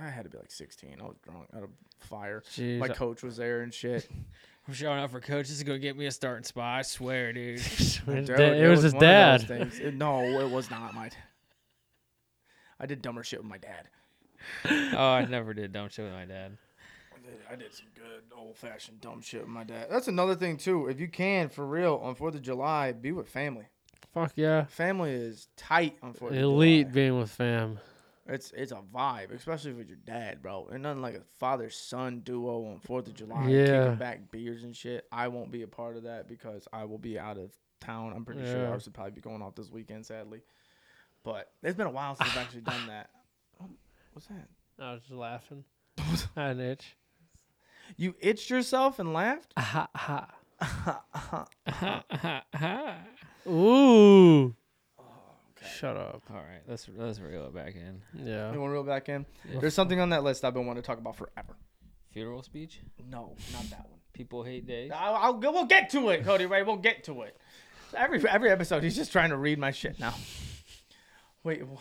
[SPEAKER 2] I had to be like 16. I was drunk out of fire.
[SPEAKER 1] Jeez,
[SPEAKER 2] My
[SPEAKER 1] I-
[SPEAKER 2] coach was there and shit.
[SPEAKER 4] I'm showing up for coach. This is gonna get me a starting spot. I swear,
[SPEAKER 1] It
[SPEAKER 4] dude.
[SPEAKER 1] was
[SPEAKER 2] Dude,
[SPEAKER 1] da- it was his
[SPEAKER 2] one of
[SPEAKER 1] dad.
[SPEAKER 2] those things. It- no, it was not my. I did dumber shit with my dad.
[SPEAKER 4] Oh, I never did dumb shit with my dad.
[SPEAKER 2] I did some good old fashioned dumb shit with my dad. That's another thing too. If you can, for real, on Fourth of July, be with family.
[SPEAKER 1] Fuck yeah.
[SPEAKER 2] Family is tight on Fourth
[SPEAKER 1] Elite
[SPEAKER 2] of July.
[SPEAKER 1] being with fam.
[SPEAKER 2] It's it's a vibe, especially with your dad, bro. And nothing like a father son duo on Fourth of July,
[SPEAKER 1] Yeah.
[SPEAKER 2] kicking back beers and shit. I won't be a part of that because I will be out of town. I'm pretty sure
[SPEAKER 1] Yeah.
[SPEAKER 2] ours would probably be going off this weekend, sadly. But it's been a while since I've actually done that. Um, What's that?
[SPEAKER 1] I was just laughing. I had an itch.
[SPEAKER 2] You itched yourself and laughed?
[SPEAKER 1] Ha ha. Ooh.
[SPEAKER 2] Oh,
[SPEAKER 1] Shut up.
[SPEAKER 4] All right, let's let's reel it back in.
[SPEAKER 1] Yeah.
[SPEAKER 2] You want to reel back in? There's something on that list I've been wanting to talk about forever.
[SPEAKER 4] Funeral speech.
[SPEAKER 2] No, not that one.
[SPEAKER 4] People hate days.
[SPEAKER 2] I'll, I'll go- we'll get to it, Cody. Right, we'll get to it. Every every episode, he's just trying to read my shit now. Wait, what?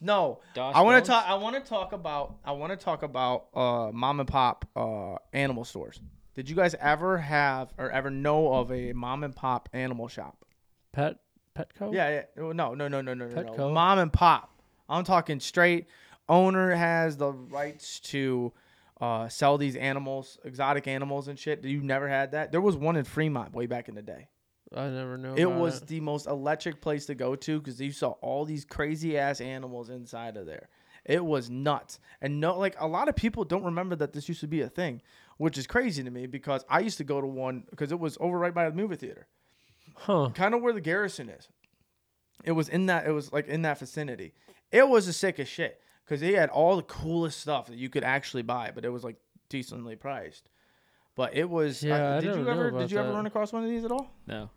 [SPEAKER 2] No,
[SPEAKER 4] Josh
[SPEAKER 2] I want
[SPEAKER 4] Bones?
[SPEAKER 2] to talk. I want to talk about. I want to talk about uh, mom and pop uh, animal stores. Did you guys ever have or ever know of a mom and pop animal shop?
[SPEAKER 1] Pet Petco?
[SPEAKER 2] Yeah, yeah. No, no, no, no, no, no, no.
[SPEAKER 1] Petco.
[SPEAKER 2] Mom and pop. I'm talking straight. Owner has the rights to uh, sell these animals, exotic animals and shit. You never had that. There was one in Fremont way back in the day.
[SPEAKER 1] I never knew.
[SPEAKER 2] It
[SPEAKER 1] about
[SPEAKER 2] was the most electric place to go to because you saw all these crazy ass animals inside of there. It was nuts. And no, like a lot of people don't remember that this used to be a thing, which is crazy to me because I used to go to one because it was over right by the movie theater
[SPEAKER 1] Huh.
[SPEAKER 2] kind of where the garrison is. It was in that. It was like in that vicinity. It was the sickest shit because they had all the coolest stuff that you could actually buy, but it was like decently priced. But it was.
[SPEAKER 1] Yeah, I
[SPEAKER 2] did
[SPEAKER 1] never
[SPEAKER 2] you
[SPEAKER 1] knew
[SPEAKER 2] ever?
[SPEAKER 1] about
[SPEAKER 2] Did you ever
[SPEAKER 1] that.
[SPEAKER 2] run across one of these at all?
[SPEAKER 4] No.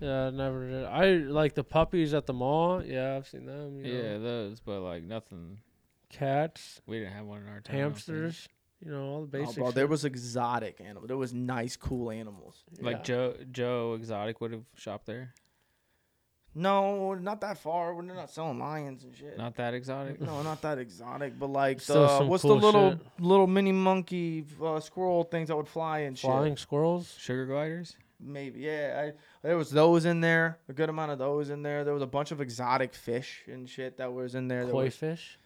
[SPEAKER 1] Yeah, I never did. I like the puppies at the mall. Yeah, I've seen them. You know.
[SPEAKER 4] Yeah, those, but like nothing.
[SPEAKER 1] Cats,
[SPEAKER 4] We didn't have one in our town. I don't think.
[SPEAKER 1] hamsters, you know, all the
[SPEAKER 2] Oh,
[SPEAKER 1] basics.
[SPEAKER 2] bro, there was exotic animal. There was nice, cool animals.
[SPEAKER 4] Like Joe Joe Exotic would have shopped there.
[SPEAKER 2] No, not that far. We're not selling lions and shit.
[SPEAKER 4] Not that exotic.
[SPEAKER 2] no, not that exotic. But like,
[SPEAKER 1] Still
[SPEAKER 2] the,
[SPEAKER 1] some
[SPEAKER 2] what's
[SPEAKER 1] cool
[SPEAKER 2] the little
[SPEAKER 1] shit.
[SPEAKER 2] little mini monkey uh, squirrel things that would fly and shit?
[SPEAKER 1] flying squirrels.
[SPEAKER 4] Sugar gliders.
[SPEAKER 2] maybe yeah I, there was those in there a good amount of those in there there was a bunch of exotic fish and shit that was in there There
[SPEAKER 1] Koi
[SPEAKER 2] was-
[SPEAKER 1] fish.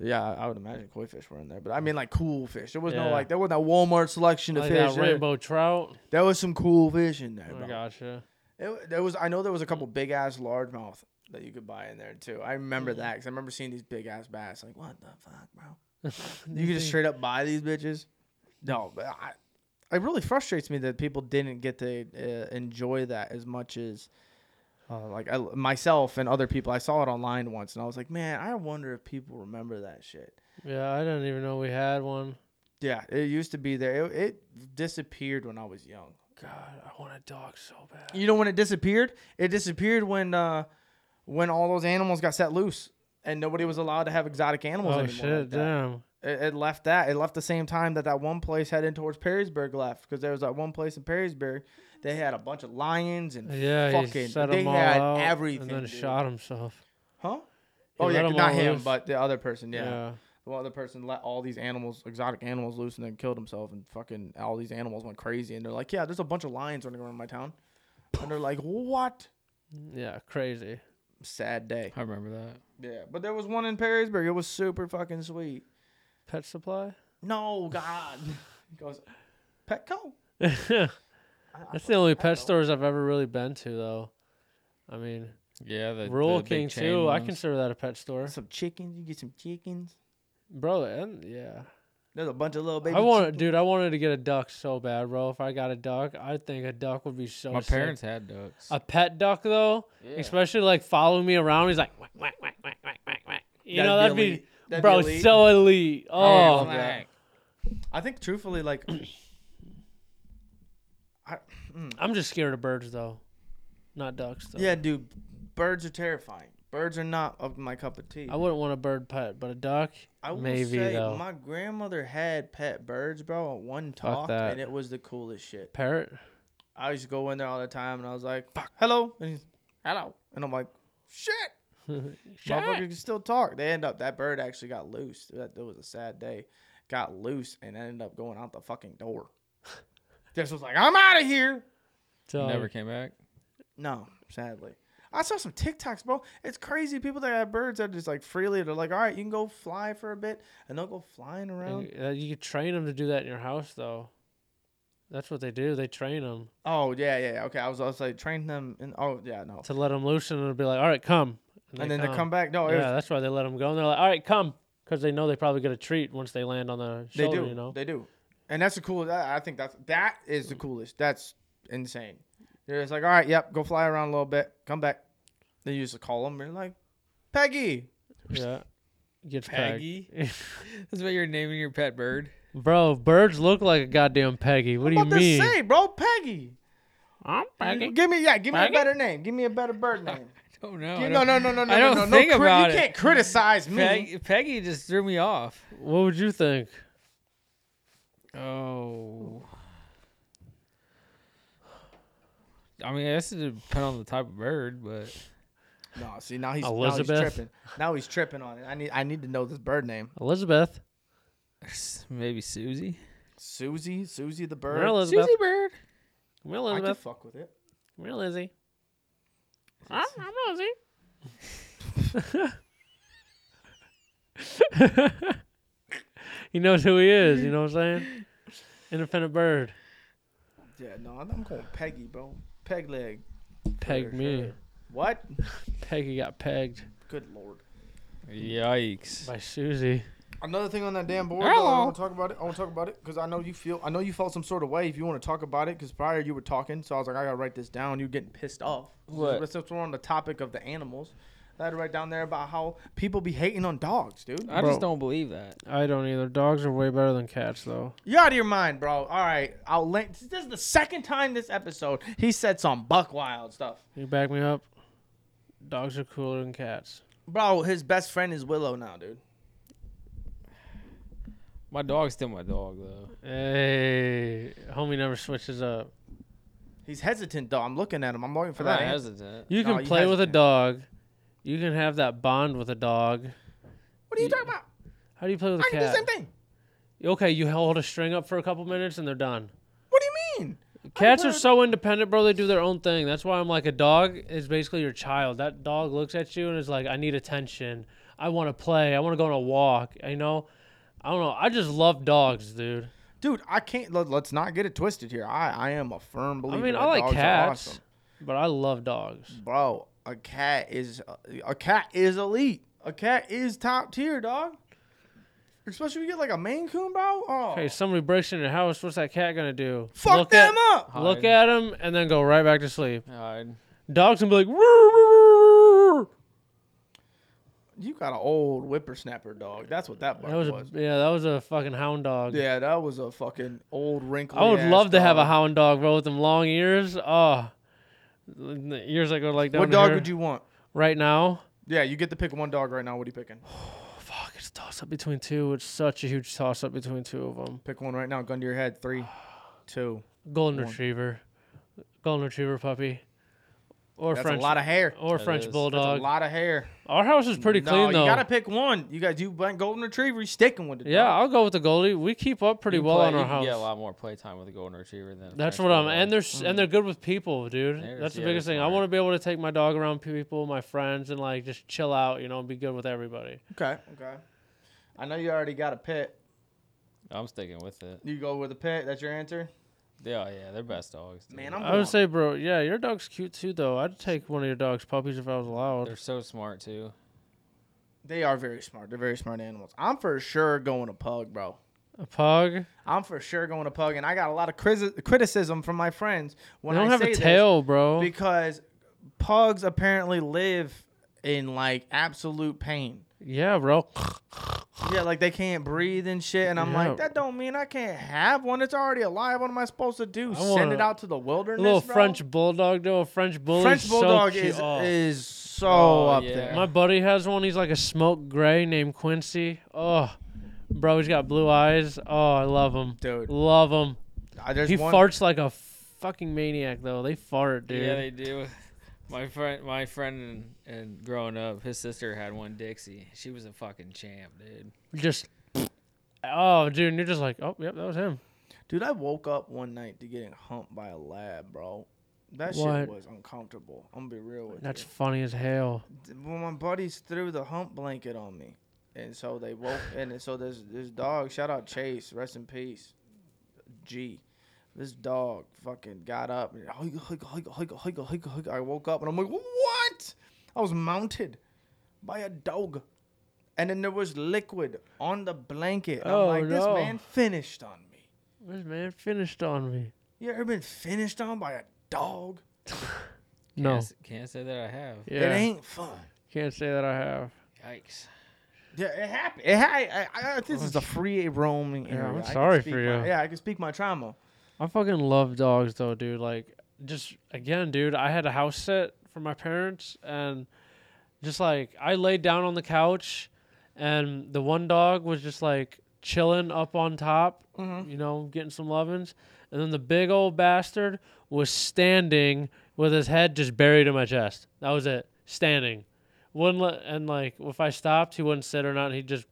[SPEAKER 2] yeah i would imagine koi fish were in there but i mean like cool fish there was no
[SPEAKER 1] Yeah.
[SPEAKER 2] like there was not that walmart selection of
[SPEAKER 1] Like
[SPEAKER 2] fish
[SPEAKER 1] that
[SPEAKER 2] there,
[SPEAKER 1] rainbow trout.
[SPEAKER 2] there was some cool fish in there
[SPEAKER 1] Oh,
[SPEAKER 2] bro.
[SPEAKER 1] gotcha.
[SPEAKER 2] It, there was i know there was a couple big ass largemouth that you could buy in there too i remember that because i remember seeing these big ass bass like what the fuck bro you could just straight up buy these bitches. No, but I, it really frustrates me that people didn't get to uh, enjoy that as much as uh, like I, myself and other people. I saw it online once, and I was like, man, I wonder if people remember that shit.
[SPEAKER 1] Yeah, I didn't even know we had one.
[SPEAKER 2] Yeah, it used to be there. It, it disappeared when I was young.
[SPEAKER 1] God, I want a dog so bad.
[SPEAKER 2] You know when it disappeared? It disappeared when uh, when all those animals got set loose. And nobody was allowed to have exotic animals
[SPEAKER 1] Oh
[SPEAKER 2] anymore.
[SPEAKER 1] shit!
[SPEAKER 2] like that.
[SPEAKER 1] damn.
[SPEAKER 2] it, it left that. It left the same time that that one place heading towards Perrysburg left because there was that one place in Perrysburg. They had a bunch of lions and
[SPEAKER 1] Yeah, he
[SPEAKER 2] fucking.
[SPEAKER 1] set
[SPEAKER 2] they
[SPEAKER 1] them all
[SPEAKER 2] had
[SPEAKER 1] out
[SPEAKER 2] everything.
[SPEAKER 1] and then
[SPEAKER 2] dude.
[SPEAKER 1] shot himself.
[SPEAKER 2] Huh? Oh
[SPEAKER 1] let
[SPEAKER 2] yeah,
[SPEAKER 1] 'em
[SPEAKER 2] not
[SPEAKER 1] all
[SPEAKER 2] him,
[SPEAKER 1] loose.
[SPEAKER 2] but the other person.
[SPEAKER 1] Yeah.
[SPEAKER 2] Yeah. the other person let all these animals, exotic animals, loose and then killed himself. And fucking all these animals went crazy. And they're like, yeah, there's a bunch of lions running around my town. And they're like, what?
[SPEAKER 1] yeah, crazy.
[SPEAKER 2] Sad day.
[SPEAKER 4] I remember that.
[SPEAKER 2] Yeah, but there was one in Perrysburg. It was super fucking sweet.
[SPEAKER 1] Pet supply.
[SPEAKER 2] No God. He goes, Petco.
[SPEAKER 1] That's the only pet stores I've ever really been to, though. I mean,
[SPEAKER 4] Yeah, the
[SPEAKER 1] Rural
[SPEAKER 4] the big
[SPEAKER 1] King
[SPEAKER 4] chain
[SPEAKER 1] too. I
[SPEAKER 4] ones.
[SPEAKER 1] consider that a pet store,
[SPEAKER 2] Some chickens. You get some chickens.
[SPEAKER 1] bro. And yeah,
[SPEAKER 2] There's a bunch of little baby.
[SPEAKER 1] I want, dude. I wanted to get a duck so bad, bro. If I got a duck, I think a duck would be so.
[SPEAKER 4] My
[SPEAKER 1] sick.
[SPEAKER 4] parents had ducks.
[SPEAKER 1] A pet duck though, especially like following me around. He's like, whack, whack, whack, whack, whack, whack, whack. You know that'd
[SPEAKER 2] That'd be
[SPEAKER 1] be,
[SPEAKER 2] elite. That'd
[SPEAKER 1] bro,
[SPEAKER 2] be elite.
[SPEAKER 1] so elite. Oh,
[SPEAKER 2] love that. I think truthfully, like,
[SPEAKER 1] I'm just scared of birds though, not ducks though.
[SPEAKER 2] yeah, dude, birds are terrifying. Birds are not up my cup of tea.
[SPEAKER 1] I wouldn't want a bird pet, but a duck,
[SPEAKER 2] I will
[SPEAKER 1] maybe
[SPEAKER 2] say
[SPEAKER 1] though.
[SPEAKER 2] my grandmother had pet birds, bro. On one talk,
[SPEAKER 1] that.
[SPEAKER 2] and it was the coolest shit.
[SPEAKER 1] Parrot.
[SPEAKER 2] I used to go in there all the time, and I was like, "Fuck, hello," and he's, "Hello," and I'm like, "Shit." Motherfucker can still talk. They end up that bird actually got loose. That, that was a sad day. Got loose and ended up going out the fucking door. Just was like, I'm out of here.
[SPEAKER 1] Dog.
[SPEAKER 4] Never came back.
[SPEAKER 2] No, sadly. I saw some TikToks, bro. It's crazy. People that have birds that are just like freely. They're like, all right, you can go fly for a bit, and they'll go flying around.
[SPEAKER 1] And, uh, you could train them to do that in your house, though. That's what they do. They train them
[SPEAKER 2] Oh yeah, yeah. yeah. Okay, I was, I was like train them, and oh yeah, no.
[SPEAKER 1] to let them loose, and it'll be like, all right, come.
[SPEAKER 2] And then they come back. No, it
[SPEAKER 1] Yeah,
[SPEAKER 2] was,
[SPEAKER 1] that's why they let them go. And they're like, all right, come. Because they know they probably get a treat once they land on the
[SPEAKER 2] they
[SPEAKER 1] shoulder,
[SPEAKER 2] do.
[SPEAKER 1] you know? Mm.
[SPEAKER 2] They do. And that's the coolest. I I think that's that is the coolest. That's insane. You're just like, all right, yep, go fly around a little bit, come back. Then you just call them. You're like, Peggy.
[SPEAKER 1] yeah. Gets pegged.
[SPEAKER 7] Peggy. That's what you're naming your pet bird.
[SPEAKER 1] Bro, birds look like a goddamn Peggy. What do you
[SPEAKER 2] What they
[SPEAKER 1] mean?
[SPEAKER 2] say, bro? Peggy.
[SPEAKER 8] I'm Peggy.
[SPEAKER 2] Give me yeah. Give me a better name. Give me a better bird name.
[SPEAKER 7] I don't know. I
[SPEAKER 2] You-
[SPEAKER 7] don't-
[SPEAKER 2] no, no, no, no, no,
[SPEAKER 7] I
[SPEAKER 2] no,
[SPEAKER 7] don't
[SPEAKER 2] no,
[SPEAKER 7] think
[SPEAKER 2] no. cri-
[SPEAKER 7] about
[SPEAKER 2] you
[SPEAKER 7] it.
[SPEAKER 2] can't criticize me.
[SPEAKER 7] Peg- Peggy just threw me off.
[SPEAKER 1] What would you think?
[SPEAKER 7] Oh. I mean, I guess it depend on the type of bird, but
[SPEAKER 2] No, see now he's now he's
[SPEAKER 1] Elizabeth.
[SPEAKER 2] tripping. Now he's tripping on it. I need I need to know this bird name.
[SPEAKER 1] Elizabeth.
[SPEAKER 7] maybe Susie.
[SPEAKER 2] Susie, Susie the bird.
[SPEAKER 1] Come here, Elizabeth.
[SPEAKER 7] Susie bird.
[SPEAKER 1] Come here,
[SPEAKER 2] I could
[SPEAKER 1] Elizabeth.
[SPEAKER 2] fuck with it.
[SPEAKER 1] Come here, Lizzie.
[SPEAKER 8] I'm, I'm Rosie.
[SPEAKER 1] He knows who he is. You know what I'm saying? Independent bird.
[SPEAKER 2] Yeah, no, I'm, I'm going Peggy, bro. Peg leg.
[SPEAKER 1] Pegged me.
[SPEAKER 2] What?
[SPEAKER 1] Peggy got pegged
[SPEAKER 2] Good lord.
[SPEAKER 4] Yikes.
[SPEAKER 1] by Susie.
[SPEAKER 2] Another thing on that damn board. Though, I want to talk about it. I want to talk about it because I know you feel. I know you felt some sort of way. If you want to talk about it, because prior you were talking, so I was like, I gotta write this down. You getting pissed off?
[SPEAKER 4] What?
[SPEAKER 2] Since we're on the topic of the animals, I had to write down there about how people be hating on dogs, dude.
[SPEAKER 7] I
[SPEAKER 1] Bro.
[SPEAKER 7] just don't believe that.
[SPEAKER 1] I don't either. Dogs are way better than cats, though.
[SPEAKER 2] You're out of your mind, bro. All right, I'll link. This is the second time this episode he said some buck wild stuff,
[SPEAKER 1] You back me up? Dogs are cooler than cats.
[SPEAKER 2] bro. His best friend is Willow now, dude.
[SPEAKER 4] My dog's still my dog though.
[SPEAKER 1] Hey, homie never switches up.
[SPEAKER 2] He's hesitant though. I'm looking at him. I'm looking for
[SPEAKER 4] I'm
[SPEAKER 2] that.
[SPEAKER 4] not
[SPEAKER 2] answer.
[SPEAKER 4] hesitant.
[SPEAKER 1] You
[SPEAKER 2] No,
[SPEAKER 1] can
[SPEAKER 2] you
[SPEAKER 1] play with a
[SPEAKER 2] hesitant.
[SPEAKER 1] dog. You can have that bond with a dog.
[SPEAKER 2] what are you talking about?
[SPEAKER 1] How do you play with a
[SPEAKER 2] I can do the
[SPEAKER 1] cat?
[SPEAKER 2] same thing.
[SPEAKER 1] Okay, you hold a string up for a couple minutes and they're done.
[SPEAKER 2] What do you mean?
[SPEAKER 1] Cats
[SPEAKER 2] play
[SPEAKER 1] are
[SPEAKER 2] with-
[SPEAKER 1] so independent, bro. They do their own thing. That's why I'm like a dog is basically your child. That dog looks at you and is like, "I need attention. I want to play. I want to go on a walk." You know, I don't know. I just love dogs, dude.
[SPEAKER 2] Dude, I can't. Let, us not get it twisted here. I, I am a firm believer.
[SPEAKER 1] I mean,
[SPEAKER 2] that
[SPEAKER 1] I like
[SPEAKER 2] dogs are
[SPEAKER 1] cats,
[SPEAKER 2] awesome.
[SPEAKER 1] but I love dogs.
[SPEAKER 2] bro. A cat is a cat is elite. A cat is top tier, dog. Especially if you get like a Maine Coon, bro. Oh,
[SPEAKER 1] Hey, somebody breaks into your house. What's that cat gonna do?
[SPEAKER 2] fuck
[SPEAKER 1] look
[SPEAKER 2] them
[SPEAKER 1] at,
[SPEAKER 2] up.
[SPEAKER 1] Look
[SPEAKER 4] Hide.
[SPEAKER 1] at him and then go right back to sleep.
[SPEAKER 4] Hide.
[SPEAKER 1] Dogs can be like, "Roo, roo, roo, roo."
[SPEAKER 2] You got an old whippersnapper, dog. That's what that,
[SPEAKER 1] that
[SPEAKER 2] was.
[SPEAKER 1] was a, yeah, that was a fucking hound dog.
[SPEAKER 2] Yeah, that was a fucking old wrinkly.
[SPEAKER 1] I would
[SPEAKER 2] ass
[SPEAKER 1] love to have a
[SPEAKER 2] dog.
[SPEAKER 1] hound dog, bro, with them long ears. Oh, the ears that go like down.
[SPEAKER 2] What
[SPEAKER 1] to
[SPEAKER 2] dog
[SPEAKER 1] here.
[SPEAKER 2] would you want?
[SPEAKER 1] Right now,
[SPEAKER 2] Yeah, you get to pick one dog right now. What are you picking?
[SPEAKER 1] fuck, it's a toss up between two. It's such a huge toss up between two of them.
[SPEAKER 2] Pick one right now. Gun to your head. Three, two.
[SPEAKER 1] Golden retriever, golden retriever puppy, or
[SPEAKER 2] That's
[SPEAKER 1] French
[SPEAKER 2] a lot of hair.
[SPEAKER 1] or French
[SPEAKER 4] is. That's a
[SPEAKER 2] That's
[SPEAKER 1] bulldog.
[SPEAKER 2] a lot of hair.
[SPEAKER 1] Our house is pretty
[SPEAKER 2] no,
[SPEAKER 1] clean though.
[SPEAKER 2] you gotta pick one. You got you went golden retriever. You sticking with it.
[SPEAKER 1] yeah,
[SPEAKER 2] dog.
[SPEAKER 1] I'll go with the goldie. We keep up pretty
[SPEAKER 4] You
[SPEAKER 1] well
[SPEAKER 4] play-
[SPEAKER 1] on
[SPEAKER 4] you
[SPEAKER 1] our
[SPEAKER 4] can
[SPEAKER 1] house.
[SPEAKER 4] get a lot more playtime with a golden retriever than. a
[SPEAKER 1] That's
[SPEAKER 4] French
[SPEAKER 1] what I'm,
[SPEAKER 4] bulldog.
[SPEAKER 1] and they're s and they're good with people, dude.
[SPEAKER 4] They're-
[SPEAKER 1] That's the
[SPEAKER 4] yeah, they're
[SPEAKER 1] biggest thing. I
[SPEAKER 4] smart.
[SPEAKER 1] want to be able to take my dog around people, my friends, and like just chill out, you know, and be good with everybody.
[SPEAKER 2] Okay. Okay. I know you already got a pet.
[SPEAKER 4] I'm sticking with it.
[SPEAKER 2] You go with a pet. That's your answer.
[SPEAKER 4] Yeah, yeah, they're best dogs. dude.
[SPEAKER 2] Man, I'm.
[SPEAKER 1] I
[SPEAKER 2] going-
[SPEAKER 1] would say, bro, yeah, your dog's cute too, though. I'd take one of your dog's puppies if I was allowed.
[SPEAKER 4] They're so smart too.
[SPEAKER 2] they are very smart. They're very smart animals. I'm for sure going a pug, bro.
[SPEAKER 1] A pug.
[SPEAKER 2] I'm for sure going to pug, and I got a lot of crisi- criticism from my friends
[SPEAKER 1] They
[SPEAKER 2] when
[SPEAKER 1] don't
[SPEAKER 2] I
[SPEAKER 1] have
[SPEAKER 2] say
[SPEAKER 1] a
[SPEAKER 2] this
[SPEAKER 1] tail, bro.
[SPEAKER 2] because pugs apparently live in like absolute pain.
[SPEAKER 1] yeah, bro.
[SPEAKER 2] Yeah, like they can't breathe and shit. And I'm
[SPEAKER 1] Yeah.
[SPEAKER 2] like, that don't mean I can't have one. It's already alive. What am I supposed to do? Send
[SPEAKER 1] wanna-
[SPEAKER 2] it out to the
[SPEAKER 1] A
[SPEAKER 2] wilderness?
[SPEAKER 1] little
[SPEAKER 2] bro?
[SPEAKER 1] French bulldog, though. A French bulldog.
[SPEAKER 2] French bulldog is is so up
[SPEAKER 4] yeah.
[SPEAKER 2] there.
[SPEAKER 1] oh. My buddy has one. He's like a smoke gray named Quincy. Oh, bro, he's got blue eyes. Oh, I love him.
[SPEAKER 2] Dude.
[SPEAKER 1] Love him.
[SPEAKER 2] Uh, there's
[SPEAKER 1] He
[SPEAKER 2] one-
[SPEAKER 1] farts like a fucking maniac, though. They fart, dude.
[SPEAKER 4] Yeah, they do. My friend, my friend, and, and growing up, his sister had one Dixie. She was a fucking champ, dude.
[SPEAKER 1] just. Oh, dude, and you're just like, oh, yep, that was him.
[SPEAKER 2] Dude, I woke up one night to getting humped by a lab, bro. That
[SPEAKER 1] What?
[SPEAKER 2] shit was uncomfortable. I'm gonna be real with
[SPEAKER 1] That's
[SPEAKER 2] you.
[SPEAKER 1] funny as hell.
[SPEAKER 2] Th- Well, my buddies threw the hump blanket on me, and so they woke. and then- so this this dog, shout out Chase, rest in peace, G. This dog fucking got up and "Hugga, hugga, hugga, hugga, hugga, hugga, hugga." I woke up and I'm like, what? I was mounted by a dog, and then there was liquid on the blanket. And
[SPEAKER 1] Oh,
[SPEAKER 2] I'm like, this
[SPEAKER 1] no.
[SPEAKER 2] man finished on me.
[SPEAKER 1] This man finished on me.
[SPEAKER 2] You ever been finished on by a dog?
[SPEAKER 1] No.
[SPEAKER 4] Can't, s- can't say that I have.
[SPEAKER 1] yeah.
[SPEAKER 2] It ain't fun.
[SPEAKER 1] Can't say that I have.
[SPEAKER 4] Yikes.
[SPEAKER 2] Yeah, it happened. It ha- I, I, I, this is a free roaming
[SPEAKER 1] Yeah,
[SPEAKER 2] area.
[SPEAKER 1] I'm
[SPEAKER 2] I can
[SPEAKER 1] sorry
[SPEAKER 2] speak
[SPEAKER 1] for
[SPEAKER 2] my-
[SPEAKER 1] you.
[SPEAKER 2] yeah, I can speak my trauma.
[SPEAKER 1] I fucking love dogs though, dude. Like just again, dude, I had a house sit for my parents and just like I laid down on the couch and the one dog was just like chilling up on top, you know, getting some lovin's. And then the big old bastard was standing with his head just buried in my chest. That was it. Standing. Wouldn't let, and like if I stopped, he wouldn't sit or not. He'd just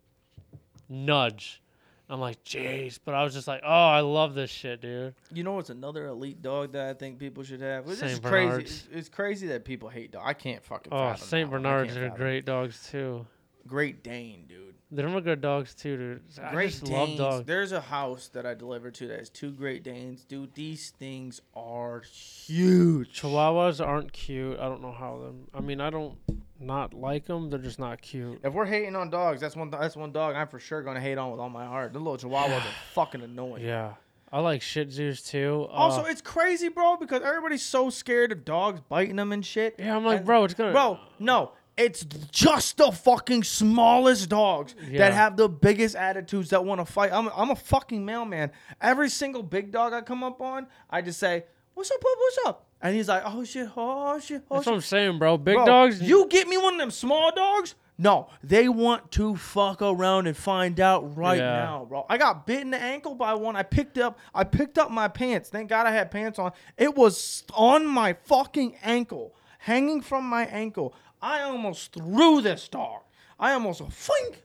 [SPEAKER 1] nudge. I'm like, jeez. But I was just like, oh, I love this shit, dude.
[SPEAKER 2] You know what's another elite dog that I think people should have? It's
[SPEAKER 1] Saint
[SPEAKER 2] just crazy.
[SPEAKER 1] Bernards.
[SPEAKER 2] It's, it's crazy that people hate dogs. I can't fucking.
[SPEAKER 1] Oh,
[SPEAKER 2] fathom
[SPEAKER 1] Saint
[SPEAKER 2] that one. I
[SPEAKER 1] Bernards
[SPEAKER 2] can't
[SPEAKER 1] are
[SPEAKER 2] fathom it.
[SPEAKER 1] great dogs too.
[SPEAKER 2] Great Dane, dude.
[SPEAKER 1] They're my good dogs too, dude. I
[SPEAKER 2] Great
[SPEAKER 1] just love
[SPEAKER 2] Danes.
[SPEAKER 1] dogs.
[SPEAKER 2] There's a house that I delivered to that has two Great Danes, dude. These things are huge.
[SPEAKER 1] Chihuahuas aren't cute. I don't know how them. I mean, I don't not like them. They're just not cute.
[SPEAKER 2] If we're hating on dogs, that's one. That's one dog I'm for sure gonna hate on with all my heart. The little Chihuahuas are fucking annoying.
[SPEAKER 1] Yeah, I like Shih Tzus too.
[SPEAKER 2] Also,
[SPEAKER 1] Uh,
[SPEAKER 2] it's crazy, bro, because everybody's so scared of dogs biting them and shit.
[SPEAKER 1] yeah, I'm like,
[SPEAKER 2] and-
[SPEAKER 1] bro, it's gonna.
[SPEAKER 2] Bro, no. It's just the fucking smallest dogs
[SPEAKER 1] Yeah.
[SPEAKER 2] that have the biggest attitudes that want to fight. I'm, I'm a fucking mailman. Every single big dog I come up on, I just say, What's up, bub? What's up? And he's like, Oh shit, oh shit, oh
[SPEAKER 1] that's
[SPEAKER 2] shit.
[SPEAKER 1] what I'm saying, bro. Big
[SPEAKER 2] Bro,
[SPEAKER 1] dogs,
[SPEAKER 2] You get me one of them small dogs? No, they want to fuck around and find out right
[SPEAKER 1] Yeah.
[SPEAKER 2] now, bro. I got bit in the ankle by one. I picked up, I picked up my pants. Thank God I had pants on. It was on my fucking ankle, hanging from my ankle. I almost threw this dog. I almost fink.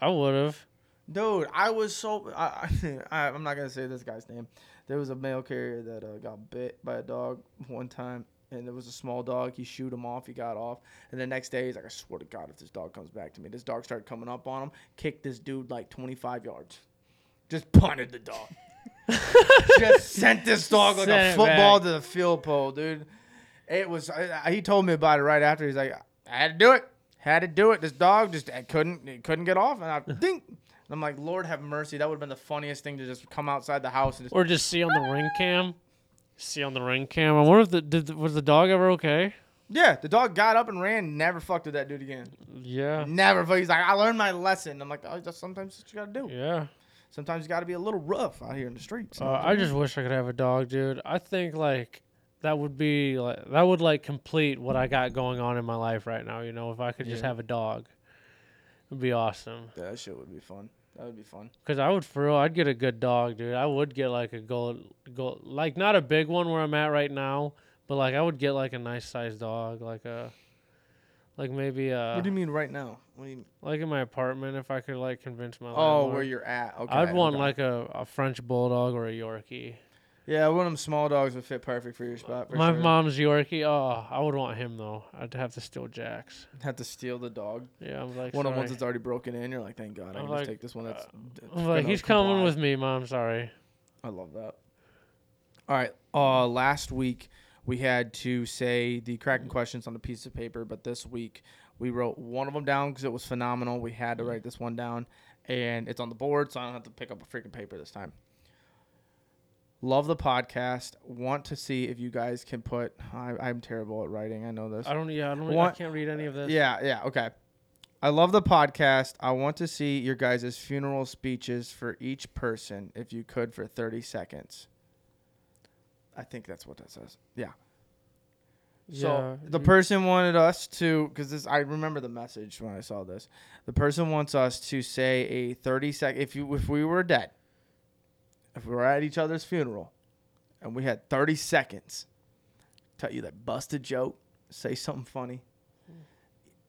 [SPEAKER 1] I would have.
[SPEAKER 2] Dude, I was so I, I I'm not gonna say this guy's name. There was a mail carrier that uh, got bit by a dog one time, and there was a small dog. He shooed him off. He got off, and the next day he's like, I swear to God, if this dog comes back to me, this dog started coming up on him, kicked this dude like 25 yards, just punted the dog, just sent this dog like
[SPEAKER 1] Sent
[SPEAKER 2] a
[SPEAKER 1] it
[SPEAKER 2] football to the field pole, dude. It was. I, I- he told me about it right after. He's like, I had to do it. Had to do it. This dog just I couldn't it couldn't get off, and I think and I'm like, Lord have mercy. That would have been the funniest thing to just come outside the house and just.
[SPEAKER 1] Or just see on the ring cam. See on the ring cam. I wonder if the did, the- was the dog ever okay?
[SPEAKER 2] Yeah, the dog got up and ran. Never fucked with that dude again.
[SPEAKER 1] Yeah,
[SPEAKER 2] Never. But he's like, I learned my lesson. I'm like, oh, that's sometimes what you gotta do.
[SPEAKER 1] yeah.
[SPEAKER 2] Sometimes you gotta be a little rough out here in the streets.
[SPEAKER 1] Uh, I just wish I could have a dog, dude. I think like that would be like that would like complete what I got going on in my life right now. You know, if I could just have a dog, it'd be awesome.
[SPEAKER 2] Yeah, that shit would be fun. That would be fun.
[SPEAKER 1] Cause I would for real, I'd get a good dog, dude. I would get like a gold, gold, like not a big one where I'm at right now, but like I would get like a nice sized dog, like a, like maybe
[SPEAKER 2] what
[SPEAKER 1] a,
[SPEAKER 2] do you mean right now? What do you
[SPEAKER 1] like in my apartment if I could like convince my.
[SPEAKER 2] Oh,
[SPEAKER 1] landlord.
[SPEAKER 2] where you're at. Okay.
[SPEAKER 1] I'd want
[SPEAKER 2] okay.
[SPEAKER 1] like a, a French bulldog or a Yorkie.
[SPEAKER 2] Yeah, one of them small dogs would fit perfect for your spot. For
[SPEAKER 1] My
[SPEAKER 2] sure.
[SPEAKER 1] mom's Yorkie. Oh, I would want him though. I'd have to steal Jack's.
[SPEAKER 2] have to steal the dog.
[SPEAKER 1] Yeah, I'm like,
[SPEAKER 2] One of the
[SPEAKER 1] sorry.
[SPEAKER 2] ones that's already broken in. You're like, thank God, I
[SPEAKER 1] I'm
[SPEAKER 2] can
[SPEAKER 1] like,
[SPEAKER 2] just take this one. That's, that's
[SPEAKER 1] I'm like
[SPEAKER 2] gonna
[SPEAKER 1] he's
[SPEAKER 2] comply."
[SPEAKER 1] coming with me, mom. Sorry.
[SPEAKER 2] I love that. All right. Uh, last week we had to say the cracking questions on a piece of paper, but this week we wrote one of them down because it was phenomenal. We had to
[SPEAKER 1] Mm-hmm.
[SPEAKER 2] write this one down, and it's on the board, so I don't have to pick up a freaking paper this time. Love the podcast. Want to see if you guys can put. I, I'm terrible at writing. I know this.
[SPEAKER 1] I don't. Yeah, I don't. I
[SPEAKER 2] What-
[SPEAKER 1] can't read any of this.
[SPEAKER 2] Yeah, yeah, okay. I love the podcast. I want to see your guys' funeral speeches for each person, if you could, for 30 seconds. I think that's what that says. Yeah. So
[SPEAKER 1] Yeah,
[SPEAKER 2] the
[SPEAKER 1] you-
[SPEAKER 2] person wanted us to, because this I remember the message when I saw this. The person wants us to say a 30 sec. If you, if we were dead, if we were at each other's funeral, and we had 30 seconds, tell you that bust a joke, say something funny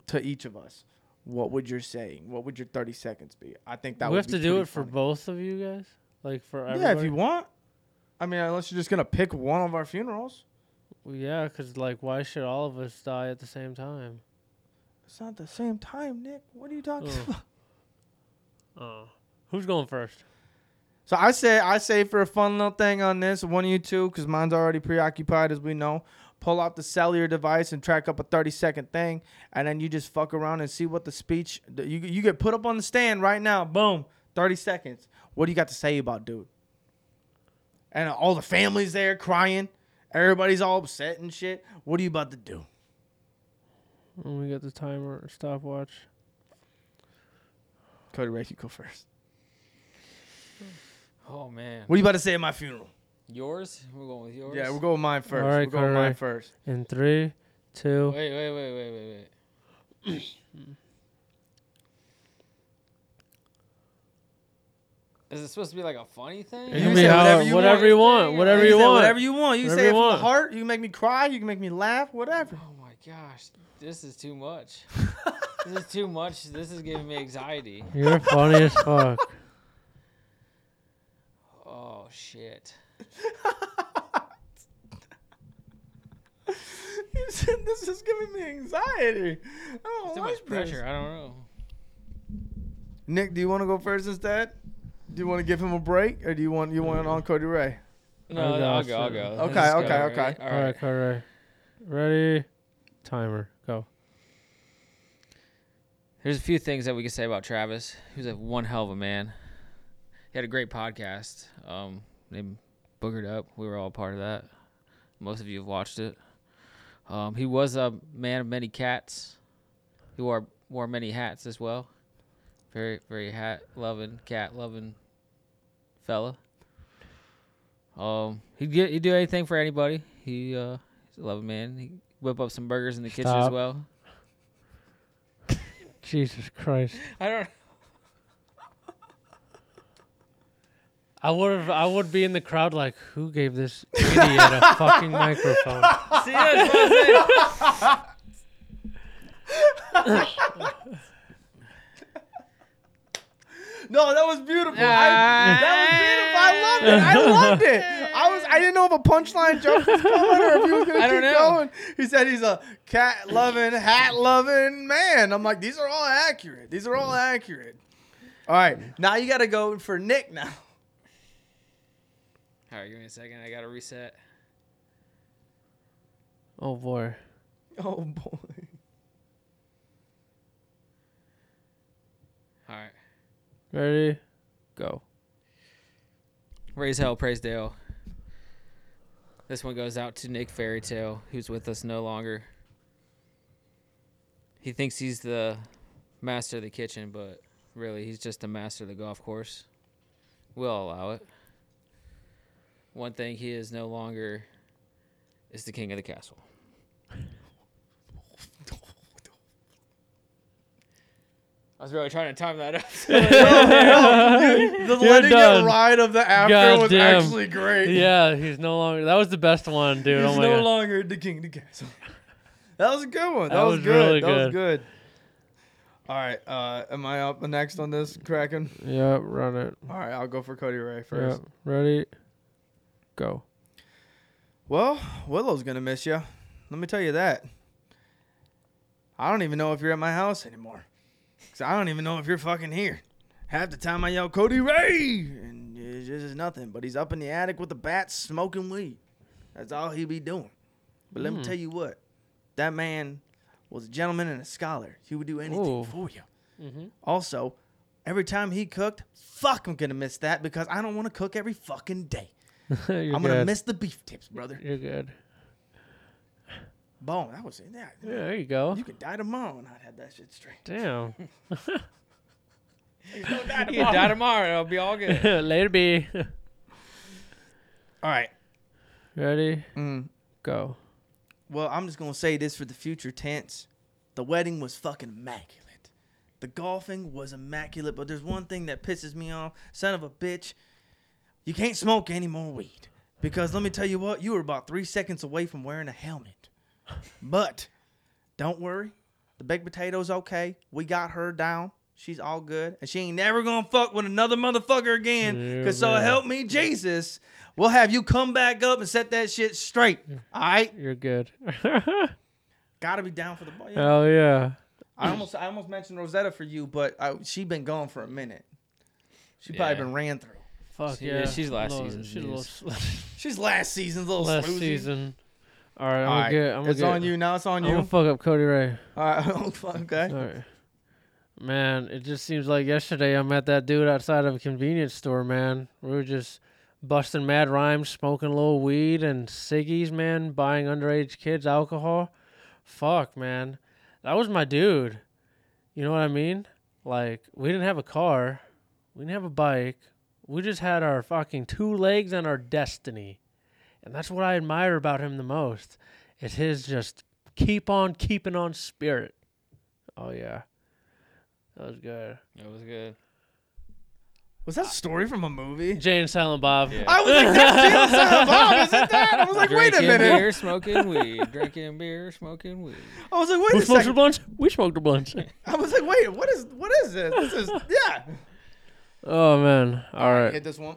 [SPEAKER 2] to each of us. What would your saying? What would your 30 seconds be? I think that
[SPEAKER 1] we
[SPEAKER 2] would
[SPEAKER 1] have
[SPEAKER 2] be
[SPEAKER 1] to do
[SPEAKER 2] pretty
[SPEAKER 1] it for
[SPEAKER 2] funny.
[SPEAKER 1] both of you guys. Like for everybody.
[SPEAKER 2] Yeah, if you want. I mean, unless you're just gonna pick one of our funerals.
[SPEAKER 1] Well, yeah, because like, why should all of us die at the same time?
[SPEAKER 2] It's not the same time, Nick. What are you talking
[SPEAKER 1] Ugh.
[SPEAKER 2] about?
[SPEAKER 1] Oh, who's going first?
[SPEAKER 2] So I say I say for a fun little thing on this, one of you two, because mine's already preoccupied as we know. Pull out the cellular device and track up a 30 second thing, and then you just fuck around and see what the speech the- you you get put up on the stand right now. Boom, 30 seconds. What do you got to say about dude? And all the families there crying, everybody's all upset and shit. What are you about to do?
[SPEAKER 1] When we get the timer stopwatch.
[SPEAKER 2] Cody Ray, you go first.
[SPEAKER 4] Oh man,
[SPEAKER 2] What are you about to say at my funeral?
[SPEAKER 4] yours? We're going with yours.
[SPEAKER 2] Yeah, we're going mine first.
[SPEAKER 1] All right,
[SPEAKER 2] we're going
[SPEAKER 1] Cody
[SPEAKER 2] mine
[SPEAKER 1] Ray.
[SPEAKER 2] first.
[SPEAKER 1] In three, two.
[SPEAKER 4] Wait, wait, wait, wait, wait, wait. Is it supposed to be like a funny thing?
[SPEAKER 1] It
[SPEAKER 2] You
[SPEAKER 1] can be
[SPEAKER 2] say
[SPEAKER 1] how-
[SPEAKER 2] whatever
[SPEAKER 1] whatever,
[SPEAKER 2] you
[SPEAKER 1] you
[SPEAKER 4] want.
[SPEAKER 1] want, whatever you
[SPEAKER 2] can say
[SPEAKER 1] want.
[SPEAKER 2] Whatever you want. You can
[SPEAKER 1] Whatever
[SPEAKER 2] say it
[SPEAKER 1] you
[SPEAKER 2] from the
[SPEAKER 1] want.
[SPEAKER 2] heart. You can make me cry. You can make me laugh. Whatever.
[SPEAKER 4] Oh my gosh, this is too much. this is too much. This is giving me anxiety.
[SPEAKER 1] You're funny as fuck.
[SPEAKER 4] Oh shit.
[SPEAKER 2] You said this is giving me anxiety. I don't
[SPEAKER 4] Too
[SPEAKER 2] like
[SPEAKER 4] much
[SPEAKER 2] this.
[SPEAKER 4] pressure. I don't know.
[SPEAKER 2] Nick, do you want to go first instead? Do you want to give him a break, or do you want you want it on Cody Ray?
[SPEAKER 4] No,
[SPEAKER 1] I
[SPEAKER 4] I'll
[SPEAKER 1] got
[SPEAKER 4] go. I'll
[SPEAKER 1] you.
[SPEAKER 2] Okay,
[SPEAKER 4] go. Let's go,
[SPEAKER 2] okay,
[SPEAKER 4] all right?
[SPEAKER 2] okay.
[SPEAKER 4] All right.
[SPEAKER 1] all right. Ready? Timer. Go.
[SPEAKER 4] There's a few things that we could say about Travis. He was a one hell of a man. He had a great podcast. Um, named Boogered Up. We were all part of that. Most of you have watched it. Um, he was a man of many cats. He wore wore many hats as well. Very very hat loving cat loving fella. Um, he'd get, he'd do anything for anybody. He uh, he's a loving man. He whip up some burgers in the kitchen as
[SPEAKER 1] Stop.
[SPEAKER 4] well.
[SPEAKER 1] Jesus Christ.
[SPEAKER 4] I don't.
[SPEAKER 1] I would have. I would be in the crowd like, who gave this idiot a fucking microphone?
[SPEAKER 4] See, that's what I'm saying.
[SPEAKER 2] No, that was beautiful. I, that was beautiful. I loved it. I loved it. I was. I didn't know if a punchline joke was coming or if he was gonna
[SPEAKER 4] I
[SPEAKER 2] keep
[SPEAKER 4] don't know.
[SPEAKER 2] going. He said he's a cat loving, hat loving man. I'm like, these are all accurate. These are all accurate. All right, now you got to go for Nick now.
[SPEAKER 4] All right, give me a second. I gotta reset.
[SPEAKER 1] Oh boy.
[SPEAKER 2] Oh boy.
[SPEAKER 4] All right,
[SPEAKER 1] Ready?
[SPEAKER 4] go. Raise hell, praise Dale. This one goes out to Nick Fairy Tale, who's with us no longer. He thinks he's the master of the kitchen, but really, he's just the master of the golf course. We'll allow it. One thing he is no longer is the king of the castle. I was really trying to time that up.
[SPEAKER 1] You're
[SPEAKER 2] The letting it
[SPEAKER 1] done.
[SPEAKER 2] ride of the after
[SPEAKER 1] God
[SPEAKER 2] was
[SPEAKER 1] damn.
[SPEAKER 2] actually great.
[SPEAKER 1] Yeah, he's no longer. That was the best one, dude.
[SPEAKER 2] He's
[SPEAKER 1] oh my
[SPEAKER 2] no
[SPEAKER 1] god.
[SPEAKER 2] longer the king of the castle. That was a good one. That,
[SPEAKER 1] That
[SPEAKER 2] was,
[SPEAKER 1] was
[SPEAKER 2] good.
[SPEAKER 1] really
[SPEAKER 2] that was good. All right. Uh, am I up next on this, Kraken?
[SPEAKER 1] yep. Run it.
[SPEAKER 2] All right. I'll go for Cody Ray first.
[SPEAKER 1] Yep. Ready? Go.
[SPEAKER 2] Well, Willow's gonna miss you. Let me tell you that. I don't even know if you're at my house anymore. Cause I don't even know if you're fucking here. Half the time I yell Cody Ray, and it's just is nothing. But he's up in the attic with the bats smoking weed. That's all he be doing. But
[SPEAKER 1] Hmm.
[SPEAKER 2] let me tell you what, that man was a gentleman and a scholar. He would do anything
[SPEAKER 1] Ooh.
[SPEAKER 2] for you.
[SPEAKER 1] Mm-hmm.
[SPEAKER 2] Also, every time he cooked, fuck, I'm gonna miss that because I don't want to cook every fucking day.
[SPEAKER 1] You're
[SPEAKER 2] I'm
[SPEAKER 1] good.
[SPEAKER 2] gonna miss the beef tips, brother.
[SPEAKER 1] You're good.
[SPEAKER 2] Boom. That was it. Yeah.
[SPEAKER 1] Yeah, there you go.
[SPEAKER 2] You could die tomorrow and I'd have that shit straight.
[SPEAKER 1] Damn.
[SPEAKER 4] You die tomorrow, it'll be all good.
[SPEAKER 1] Later, B.
[SPEAKER 2] All right.
[SPEAKER 1] Ready?
[SPEAKER 2] Mm.
[SPEAKER 1] Go.
[SPEAKER 2] Well, I'm just going to say this for the future tense. The wedding was fucking immaculate. The golfing was immaculate, but there's one thing that pisses me off. Son of a bitch, you can't smoke any more weed. Because let me tell you what, you were about three seconds away from wearing a helmet. But don't worry, the baked potato's okay. We got her down. She's all good, and she ain't never gonna fuck with another motherfucker again. Cause so
[SPEAKER 1] Never.
[SPEAKER 2] help me Jesus, we'll have you come back up and set that shit straight. All right,
[SPEAKER 1] You're good.
[SPEAKER 2] gotta be down for the ball. Yeah.
[SPEAKER 1] Hell yeah.
[SPEAKER 2] I almost I almost mentioned Rosetta for you, but I, she been gone for a minute. She probably
[SPEAKER 4] Yeah.
[SPEAKER 2] been ran through.
[SPEAKER 1] Fuck
[SPEAKER 4] She- yeah,
[SPEAKER 1] yeah.
[SPEAKER 4] she's last
[SPEAKER 1] Little-
[SPEAKER 4] season's
[SPEAKER 1] She's a
[SPEAKER 4] news.
[SPEAKER 1] little
[SPEAKER 2] She's last season's little
[SPEAKER 1] last
[SPEAKER 2] floozy.
[SPEAKER 1] season. All right, I'm
[SPEAKER 2] All
[SPEAKER 1] gonna
[SPEAKER 2] right,
[SPEAKER 1] get. I'm gonna
[SPEAKER 2] it's
[SPEAKER 1] get,
[SPEAKER 2] on you now. It's on
[SPEAKER 1] I'm
[SPEAKER 2] you.
[SPEAKER 1] gonna fuck up Cody Ray.
[SPEAKER 2] All right, oh, fuck, okay.
[SPEAKER 1] All right. Man, it just seems like yesterday I met that dude outside of a convenience store, man. We were just busting mad rhymes, smoking a little weed and ciggies, man, buying underage kids alcohol. Fuck, man. That was my dude. You know what I mean? Like, we didn't have a car, we didn't have a bike. We just had our fucking two legs and our destiny. And that's what I admire about him the most. Is his just keep on keeping on spirit. Oh yeah, that was good.
[SPEAKER 4] It was good.
[SPEAKER 2] Was that a story from a movie?
[SPEAKER 1] Jay and Silent Bob.
[SPEAKER 4] Yeah.
[SPEAKER 2] I was like, that's Jalen Silent Bob, is it that? I was like, wait a
[SPEAKER 4] Drinking
[SPEAKER 2] minute.
[SPEAKER 4] beer, smoking weed. Drinking beer, smoking weed.
[SPEAKER 2] I was like, wait
[SPEAKER 1] Who
[SPEAKER 2] a
[SPEAKER 1] smoked a
[SPEAKER 2] second.
[SPEAKER 1] blunt? We smoked a blunt.
[SPEAKER 2] I was like, wait, what is what is this? This is yeah.
[SPEAKER 1] oh man. All right.
[SPEAKER 2] Hit this one.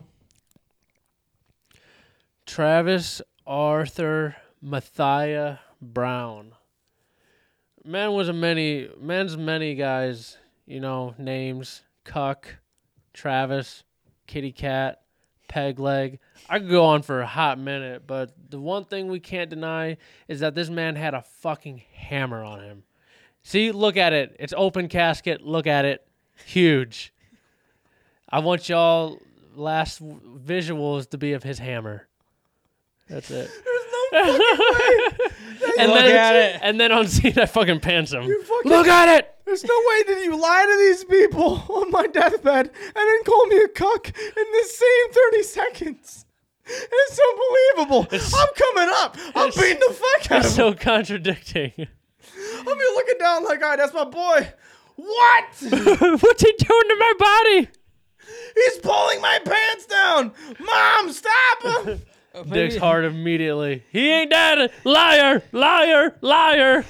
[SPEAKER 1] Travis Arthur Mathia Brown. Man was a many man's many guys, you know, names. Cuck, Travis, Kitty Cat, Peg Leg. I could go on for a hot minute, but the one thing we can't deny is that this man had a fucking hammer on him. See, look at it. It's open casket. Look at it. Huge. I want y'all last w- visuals to be of his hammer. That's it. There's no fucking way. and
[SPEAKER 4] Look
[SPEAKER 1] then,
[SPEAKER 4] at it.
[SPEAKER 1] And then on scene, I fucking pants him.
[SPEAKER 2] fucking-
[SPEAKER 1] Look at it.
[SPEAKER 2] There's no way that you lie to these people on my deathbed and then call me a cuck in the same 30 seconds. It's unbelievable. I'm coming up. I'm beating the fuck out of
[SPEAKER 1] It's so contradicting.
[SPEAKER 2] him. I'm here looking down like, all right, that's my boy. What?
[SPEAKER 1] What's he doing to my body?
[SPEAKER 2] He's pulling my pants down. Mom, stop him.
[SPEAKER 1] Dick's hard immediately. He ain't dead. Liar, liar, liar.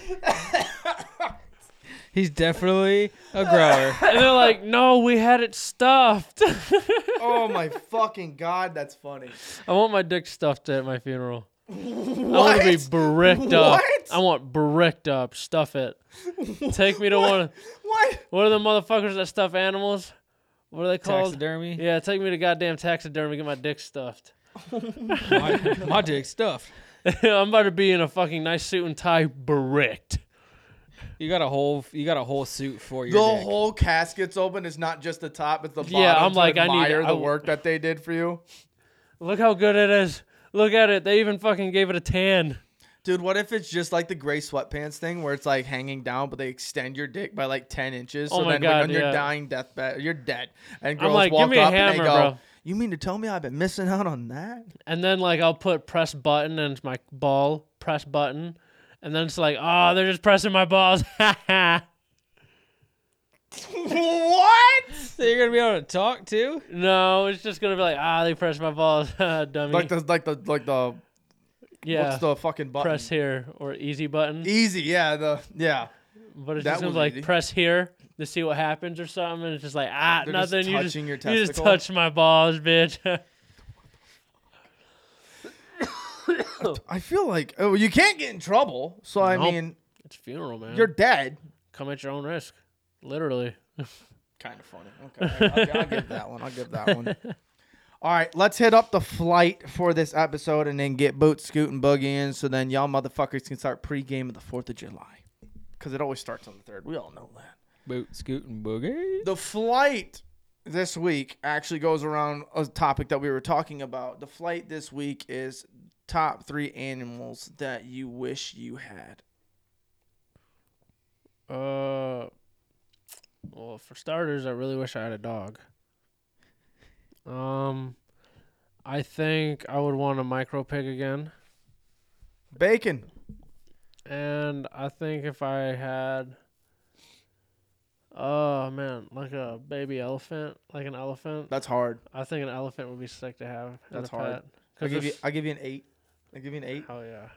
[SPEAKER 4] He's definitely a grower.
[SPEAKER 1] And they're like, no, we had it stuffed.
[SPEAKER 2] oh my fucking god, that's funny.
[SPEAKER 1] I want my dick stuffed at my funeral. I want to be
[SPEAKER 2] What?
[SPEAKER 1] bricked up.
[SPEAKER 2] What?
[SPEAKER 1] I want bricked up. Stuff it. Take me to one. of-
[SPEAKER 2] What?
[SPEAKER 1] What are the motherfuckers that stuff animals? What are they called?
[SPEAKER 4] Taxidermy.
[SPEAKER 1] Yeah, take me to goddamn taxidermy. Get my dick stuffed.
[SPEAKER 4] My, my dick stuffed.
[SPEAKER 1] I'm about to be in a fucking nice suit and tie, bricked.
[SPEAKER 4] You got a whole. You got a whole suit for your
[SPEAKER 2] The
[SPEAKER 4] dick.
[SPEAKER 2] whole casket's open. It's not just the top; it's the bottom.
[SPEAKER 1] Yeah, I'm
[SPEAKER 2] to
[SPEAKER 1] like, I need-
[SPEAKER 2] admire
[SPEAKER 1] I
[SPEAKER 2] the
[SPEAKER 1] w-
[SPEAKER 2] work that they did for you,
[SPEAKER 1] Look how good it is. Look at it. They even fucking gave it a tan.
[SPEAKER 2] dude. What if it's just like the gray sweatpants thing, where it's like hanging down, but they extend your dick by like ten inches.
[SPEAKER 1] Oh
[SPEAKER 2] so
[SPEAKER 1] my
[SPEAKER 2] then
[SPEAKER 1] God,
[SPEAKER 2] when you're
[SPEAKER 1] yeah.
[SPEAKER 2] dying deathbed, you're dead, and
[SPEAKER 1] I'm
[SPEAKER 2] girls
[SPEAKER 1] like, give
[SPEAKER 2] walk
[SPEAKER 1] me a
[SPEAKER 2] up and
[SPEAKER 1] hammer,
[SPEAKER 2] they go,
[SPEAKER 1] bro.
[SPEAKER 2] "You mean to tell me I've been missing out on that?"
[SPEAKER 1] And then like I'll put press button and my ball press button, and then it's like, oh, they're just pressing my balls.
[SPEAKER 2] what?
[SPEAKER 4] So you're gonna be able to talk too.
[SPEAKER 1] no, it's just gonna be like, ah, they pressed my balls, dummy.
[SPEAKER 2] Like the like the like the
[SPEAKER 1] yeah,
[SPEAKER 2] what's the um, fucking button?
[SPEAKER 1] press here or easy button.
[SPEAKER 2] Easy, yeah, the yeah.
[SPEAKER 1] But it's
[SPEAKER 2] That
[SPEAKER 1] just gonna
[SPEAKER 2] was
[SPEAKER 1] be like
[SPEAKER 2] easy.
[SPEAKER 1] press here to see what happens or something. And it's just like ah,
[SPEAKER 2] They're just
[SPEAKER 1] nothing. you just
[SPEAKER 2] touching your
[SPEAKER 1] you just
[SPEAKER 2] testicle?
[SPEAKER 1] touch my balls, bitch.
[SPEAKER 2] I feel like oh, you can't get in trouble. So I
[SPEAKER 1] Nope.
[SPEAKER 2] mean,
[SPEAKER 1] it's funeral, man.
[SPEAKER 2] you're dead.
[SPEAKER 1] come at your own risk, literally.
[SPEAKER 2] Kind of funny. Okay, I- I'll, I'll give that one. I'll give that one. All right, let's hit up the flight for this episode and then get Boot, Scoot, and Boogie in so then y'all motherfuckers can start pregame of the 4th of July. Because it always starts on the 3rd. We all know that.
[SPEAKER 4] Boot scooting boogie.
[SPEAKER 2] The flight this week actually goes around a topic that we were talking about. The flight this week is top three animals that you wish you had.
[SPEAKER 1] Uh, well, for starters, I really wish I had a dog. Um, I think I would want a micro pig again,
[SPEAKER 2] Bacon.
[SPEAKER 1] and I think if I had, oh man, like a baby elephant, like an elephant,
[SPEAKER 2] That's hard.
[SPEAKER 1] I think an elephant would be sick to have.
[SPEAKER 2] That's
[SPEAKER 1] as a
[SPEAKER 2] hard.
[SPEAKER 1] Pet.
[SPEAKER 2] I'll
[SPEAKER 1] 'Cause
[SPEAKER 2] give, you,
[SPEAKER 1] there's-
[SPEAKER 2] I'll give you an 8. I'll give you an 8.
[SPEAKER 1] Hell yeah.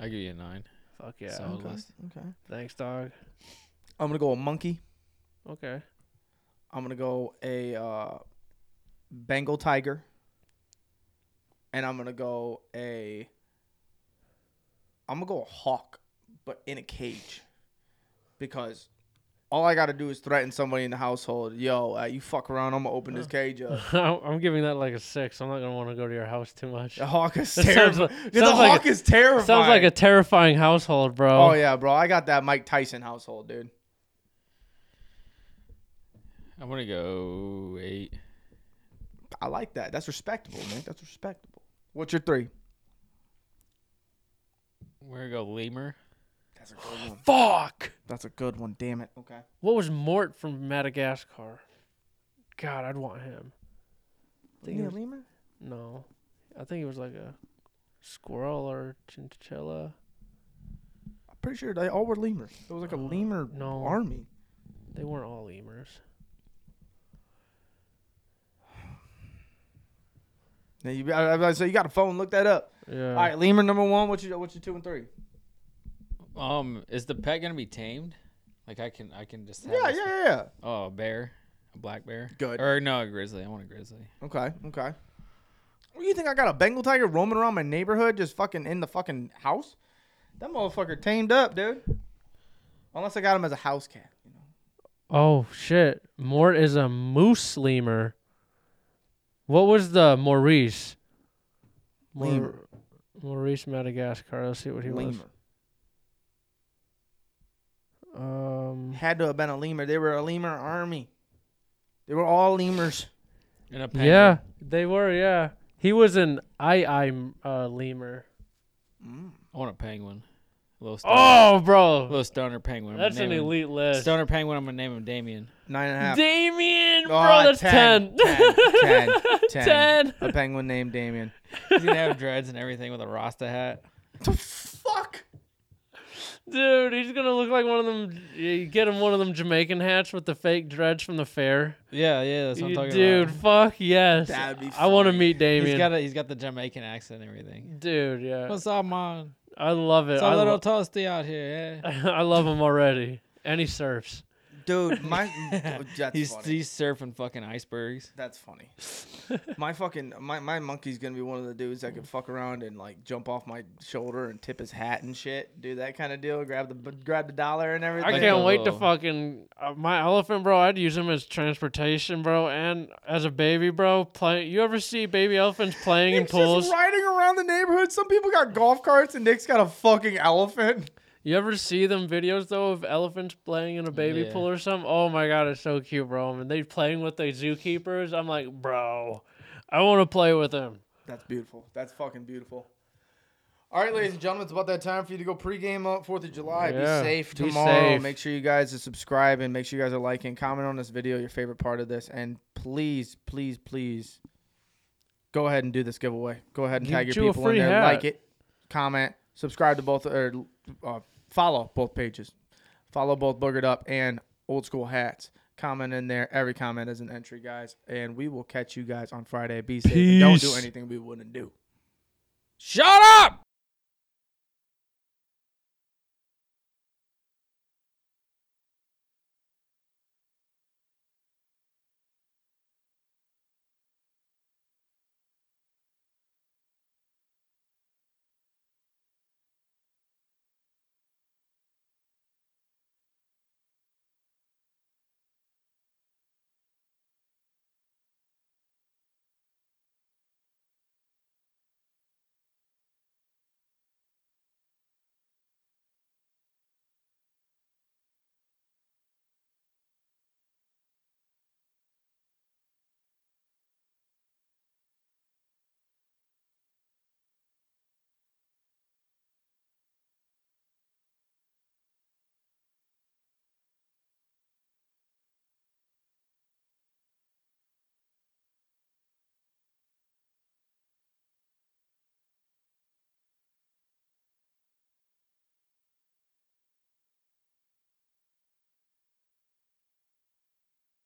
[SPEAKER 4] I give you a nine.
[SPEAKER 1] Fuck yeah.
[SPEAKER 4] Solid list.
[SPEAKER 2] Okay.
[SPEAKER 1] Thanks, dog.
[SPEAKER 2] I'm gonna go a monkey.
[SPEAKER 1] Okay.
[SPEAKER 2] I'm gonna go a uh, Bengal tiger, and I'm gonna go a. I'm gonna go a hawk, but in a cage, because all I gotta do is threaten somebody in the household. Yo, uh, you fuck around, I'm gonna open this cage up.
[SPEAKER 1] I'm giving that like a six. I'm not gonna want to go to your house too much.
[SPEAKER 2] The hawk is
[SPEAKER 1] That sounds
[SPEAKER 2] terrible.
[SPEAKER 1] like-
[SPEAKER 2] the
[SPEAKER 1] sounds like
[SPEAKER 2] hawk is terrifying.
[SPEAKER 1] Sounds like a terrifying household, bro.
[SPEAKER 2] Oh yeah, bro. I got that Mike Tyson household, dude.
[SPEAKER 4] I'm gonna go eight.
[SPEAKER 2] I like that. That's respectable, man. That's respectable. What's your three?
[SPEAKER 4] We're gonna go lemur.
[SPEAKER 2] That's a good one.
[SPEAKER 1] Fuck.
[SPEAKER 2] That's a good one. Damn it. Okay.
[SPEAKER 1] What was Mort from Madagascar? God, I'd want him. I think he was-
[SPEAKER 2] lemur?
[SPEAKER 1] no, I think he was like a squirrel or chinchilla.
[SPEAKER 2] I'm pretty sure they all were lemurs. There was like a lemur
[SPEAKER 1] No.
[SPEAKER 2] army.
[SPEAKER 1] They weren't all lemurs.
[SPEAKER 2] Now you, I, I, was like, so you got a phone? Look that up.
[SPEAKER 1] Yeah.
[SPEAKER 2] All right, lemur number one. What's your what's your two and three?
[SPEAKER 4] Um, is the pet gonna be tamed? Like I can, I can just have
[SPEAKER 2] Yeah,
[SPEAKER 4] this-
[SPEAKER 2] yeah, yeah.
[SPEAKER 4] Oh, a bear, a black bear.
[SPEAKER 2] Good.
[SPEAKER 4] Or no, a grizzly. I want a grizzly.
[SPEAKER 2] Okay, okay. What do you think? I got a Bengal tiger roaming around my neighborhood, just fucking in the fucking house. That motherfucker tamed up, dude. Unless I got him as a house cat.
[SPEAKER 1] Oh shit! Mort is a moose lemur. What was the Maurice? Maur-
[SPEAKER 2] Lemur.
[SPEAKER 1] Maurice Madagascar. Let's see what he
[SPEAKER 2] Lemur
[SPEAKER 1] was. Um,
[SPEAKER 2] had to have been a lemur. They were a lemur army. They were all lemurs.
[SPEAKER 4] And a panda.
[SPEAKER 1] yeah, they were. Yeah, he was an I I uh, lemur.
[SPEAKER 4] I want a penguin. A little stoner,
[SPEAKER 1] Oh,
[SPEAKER 4] a
[SPEAKER 1] bro,
[SPEAKER 4] little stoner penguin. I'm gonna
[SPEAKER 1] that's an
[SPEAKER 4] name him-
[SPEAKER 1] elite list.
[SPEAKER 4] Stoner penguin. I'm gonna name him Damien.
[SPEAKER 2] Nine and a half.
[SPEAKER 4] Oh,
[SPEAKER 1] Damien,
[SPEAKER 2] Ah,
[SPEAKER 1] bro, that's
[SPEAKER 2] 10,
[SPEAKER 1] ten.
[SPEAKER 2] 10, 10.
[SPEAKER 1] 10.
[SPEAKER 2] A penguin named Damien.
[SPEAKER 4] He's gonna have dreads and everything with a Rasta hat.
[SPEAKER 2] The fuck?
[SPEAKER 1] Dude, he's gonna look like one of them. You get him one of them Jamaican hats with the fake dreads from the fair.
[SPEAKER 4] Yeah, yeah, that's what I'm
[SPEAKER 1] You-
[SPEAKER 4] talking
[SPEAKER 1] dude,
[SPEAKER 4] about.
[SPEAKER 1] fuck yes.
[SPEAKER 2] That'd be
[SPEAKER 1] I want to
[SPEAKER 2] funny.
[SPEAKER 1] meet Damien.
[SPEAKER 4] He's got a, he's got the Jamaican accent and everything.
[SPEAKER 1] dude, yeah.
[SPEAKER 4] What's up, man?
[SPEAKER 1] I love it.
[SPEAKER 4] It's
[SPEAKER 1] I,
[SPEAKER 4] a little
[SPEAKER 1] lo-
[SPEAKER 4] toasty out here. Yeah.
[SPEAKER 1] I love him already. And he surfs.
[SPEAKER 2] Dude, my that's
[SPEAKER 4] he's
[SPEAKER 2] funny.
[SPEAKER 4] he's surfing fucking icebergs.
[SPEAKER 2] That's funny. my fucking my, my monkey's gonna be one of the dudes that could fuck around and like jump off my shoulder and tip his hat and shit, do that kind of deal, grab the grab the dollar and
[SPEAKER 1] I
[SPEAKER 2] everything.
[SPEAKER 4] Like
[SPEAKER 1] can't
[SPEAKER 4] a
[SPEAKER 1] wait to
[SPEAKER 4] little-
[SPEAKER 1] fucking uh, my elephant, bro. I'd use him as transportation, bro, and as a baby, bro. Play. You ever see baby elephants playing in
[SPEAKER 2] Nick's
[SPEAKER 1] pools?
[SPEAKER 2] just riding around the neighborhood. Some people got golf carts and Nick's got a fucking elephant.
[SPEAKER 1] You ever see them videos though of elephants playing in a baby
[SPEAKER 4] Yeah.
[SPEAKER 1] pool or something? Oh my god, it's so cute, bro. And they playing with the zookeepers. I'm like, bro, I want to play with them.
[SPEAKER 2] That's beautiful. That's fucking beautiful. All right, ladies and gentlemen, it's about that time for you to go pregame up Fourth of July.
[SPEAKER 1] Yeah,
[SPEAKER 2] be safe
[SPEAKER 1] be
[SPEAKER 2] tomorrow.
[SPEAKER 1] safe.
[SPEAKER 2] Make sure you guys are subscribing. Make sure you guys are liking, comment on this video, your favorite part of this, and please, please, please, go ahead and do this giveaway. Go ahead and
[SPEAKER 1] Get
[SPEAKER 2] tag your
[SPEAKER 1] you a
[SPEAKER 2] people in
[SPEAKER 1] free
[SPEAKER 2] there,
[SPEAKER 1] hat.
[SPEAKER 2] like it, comment, subscribe to both, or uh, follow both pages, follow both Boogered Up and Old School Hats. Comment in there. Every comment is an entry, guys. And we will catch you guys on Friday. Be safe. Don't do
[SPEAKER 1] Peace.
[SPEAKER 2] anything we wouldn't do.
[SPEAKER 4] Shut up!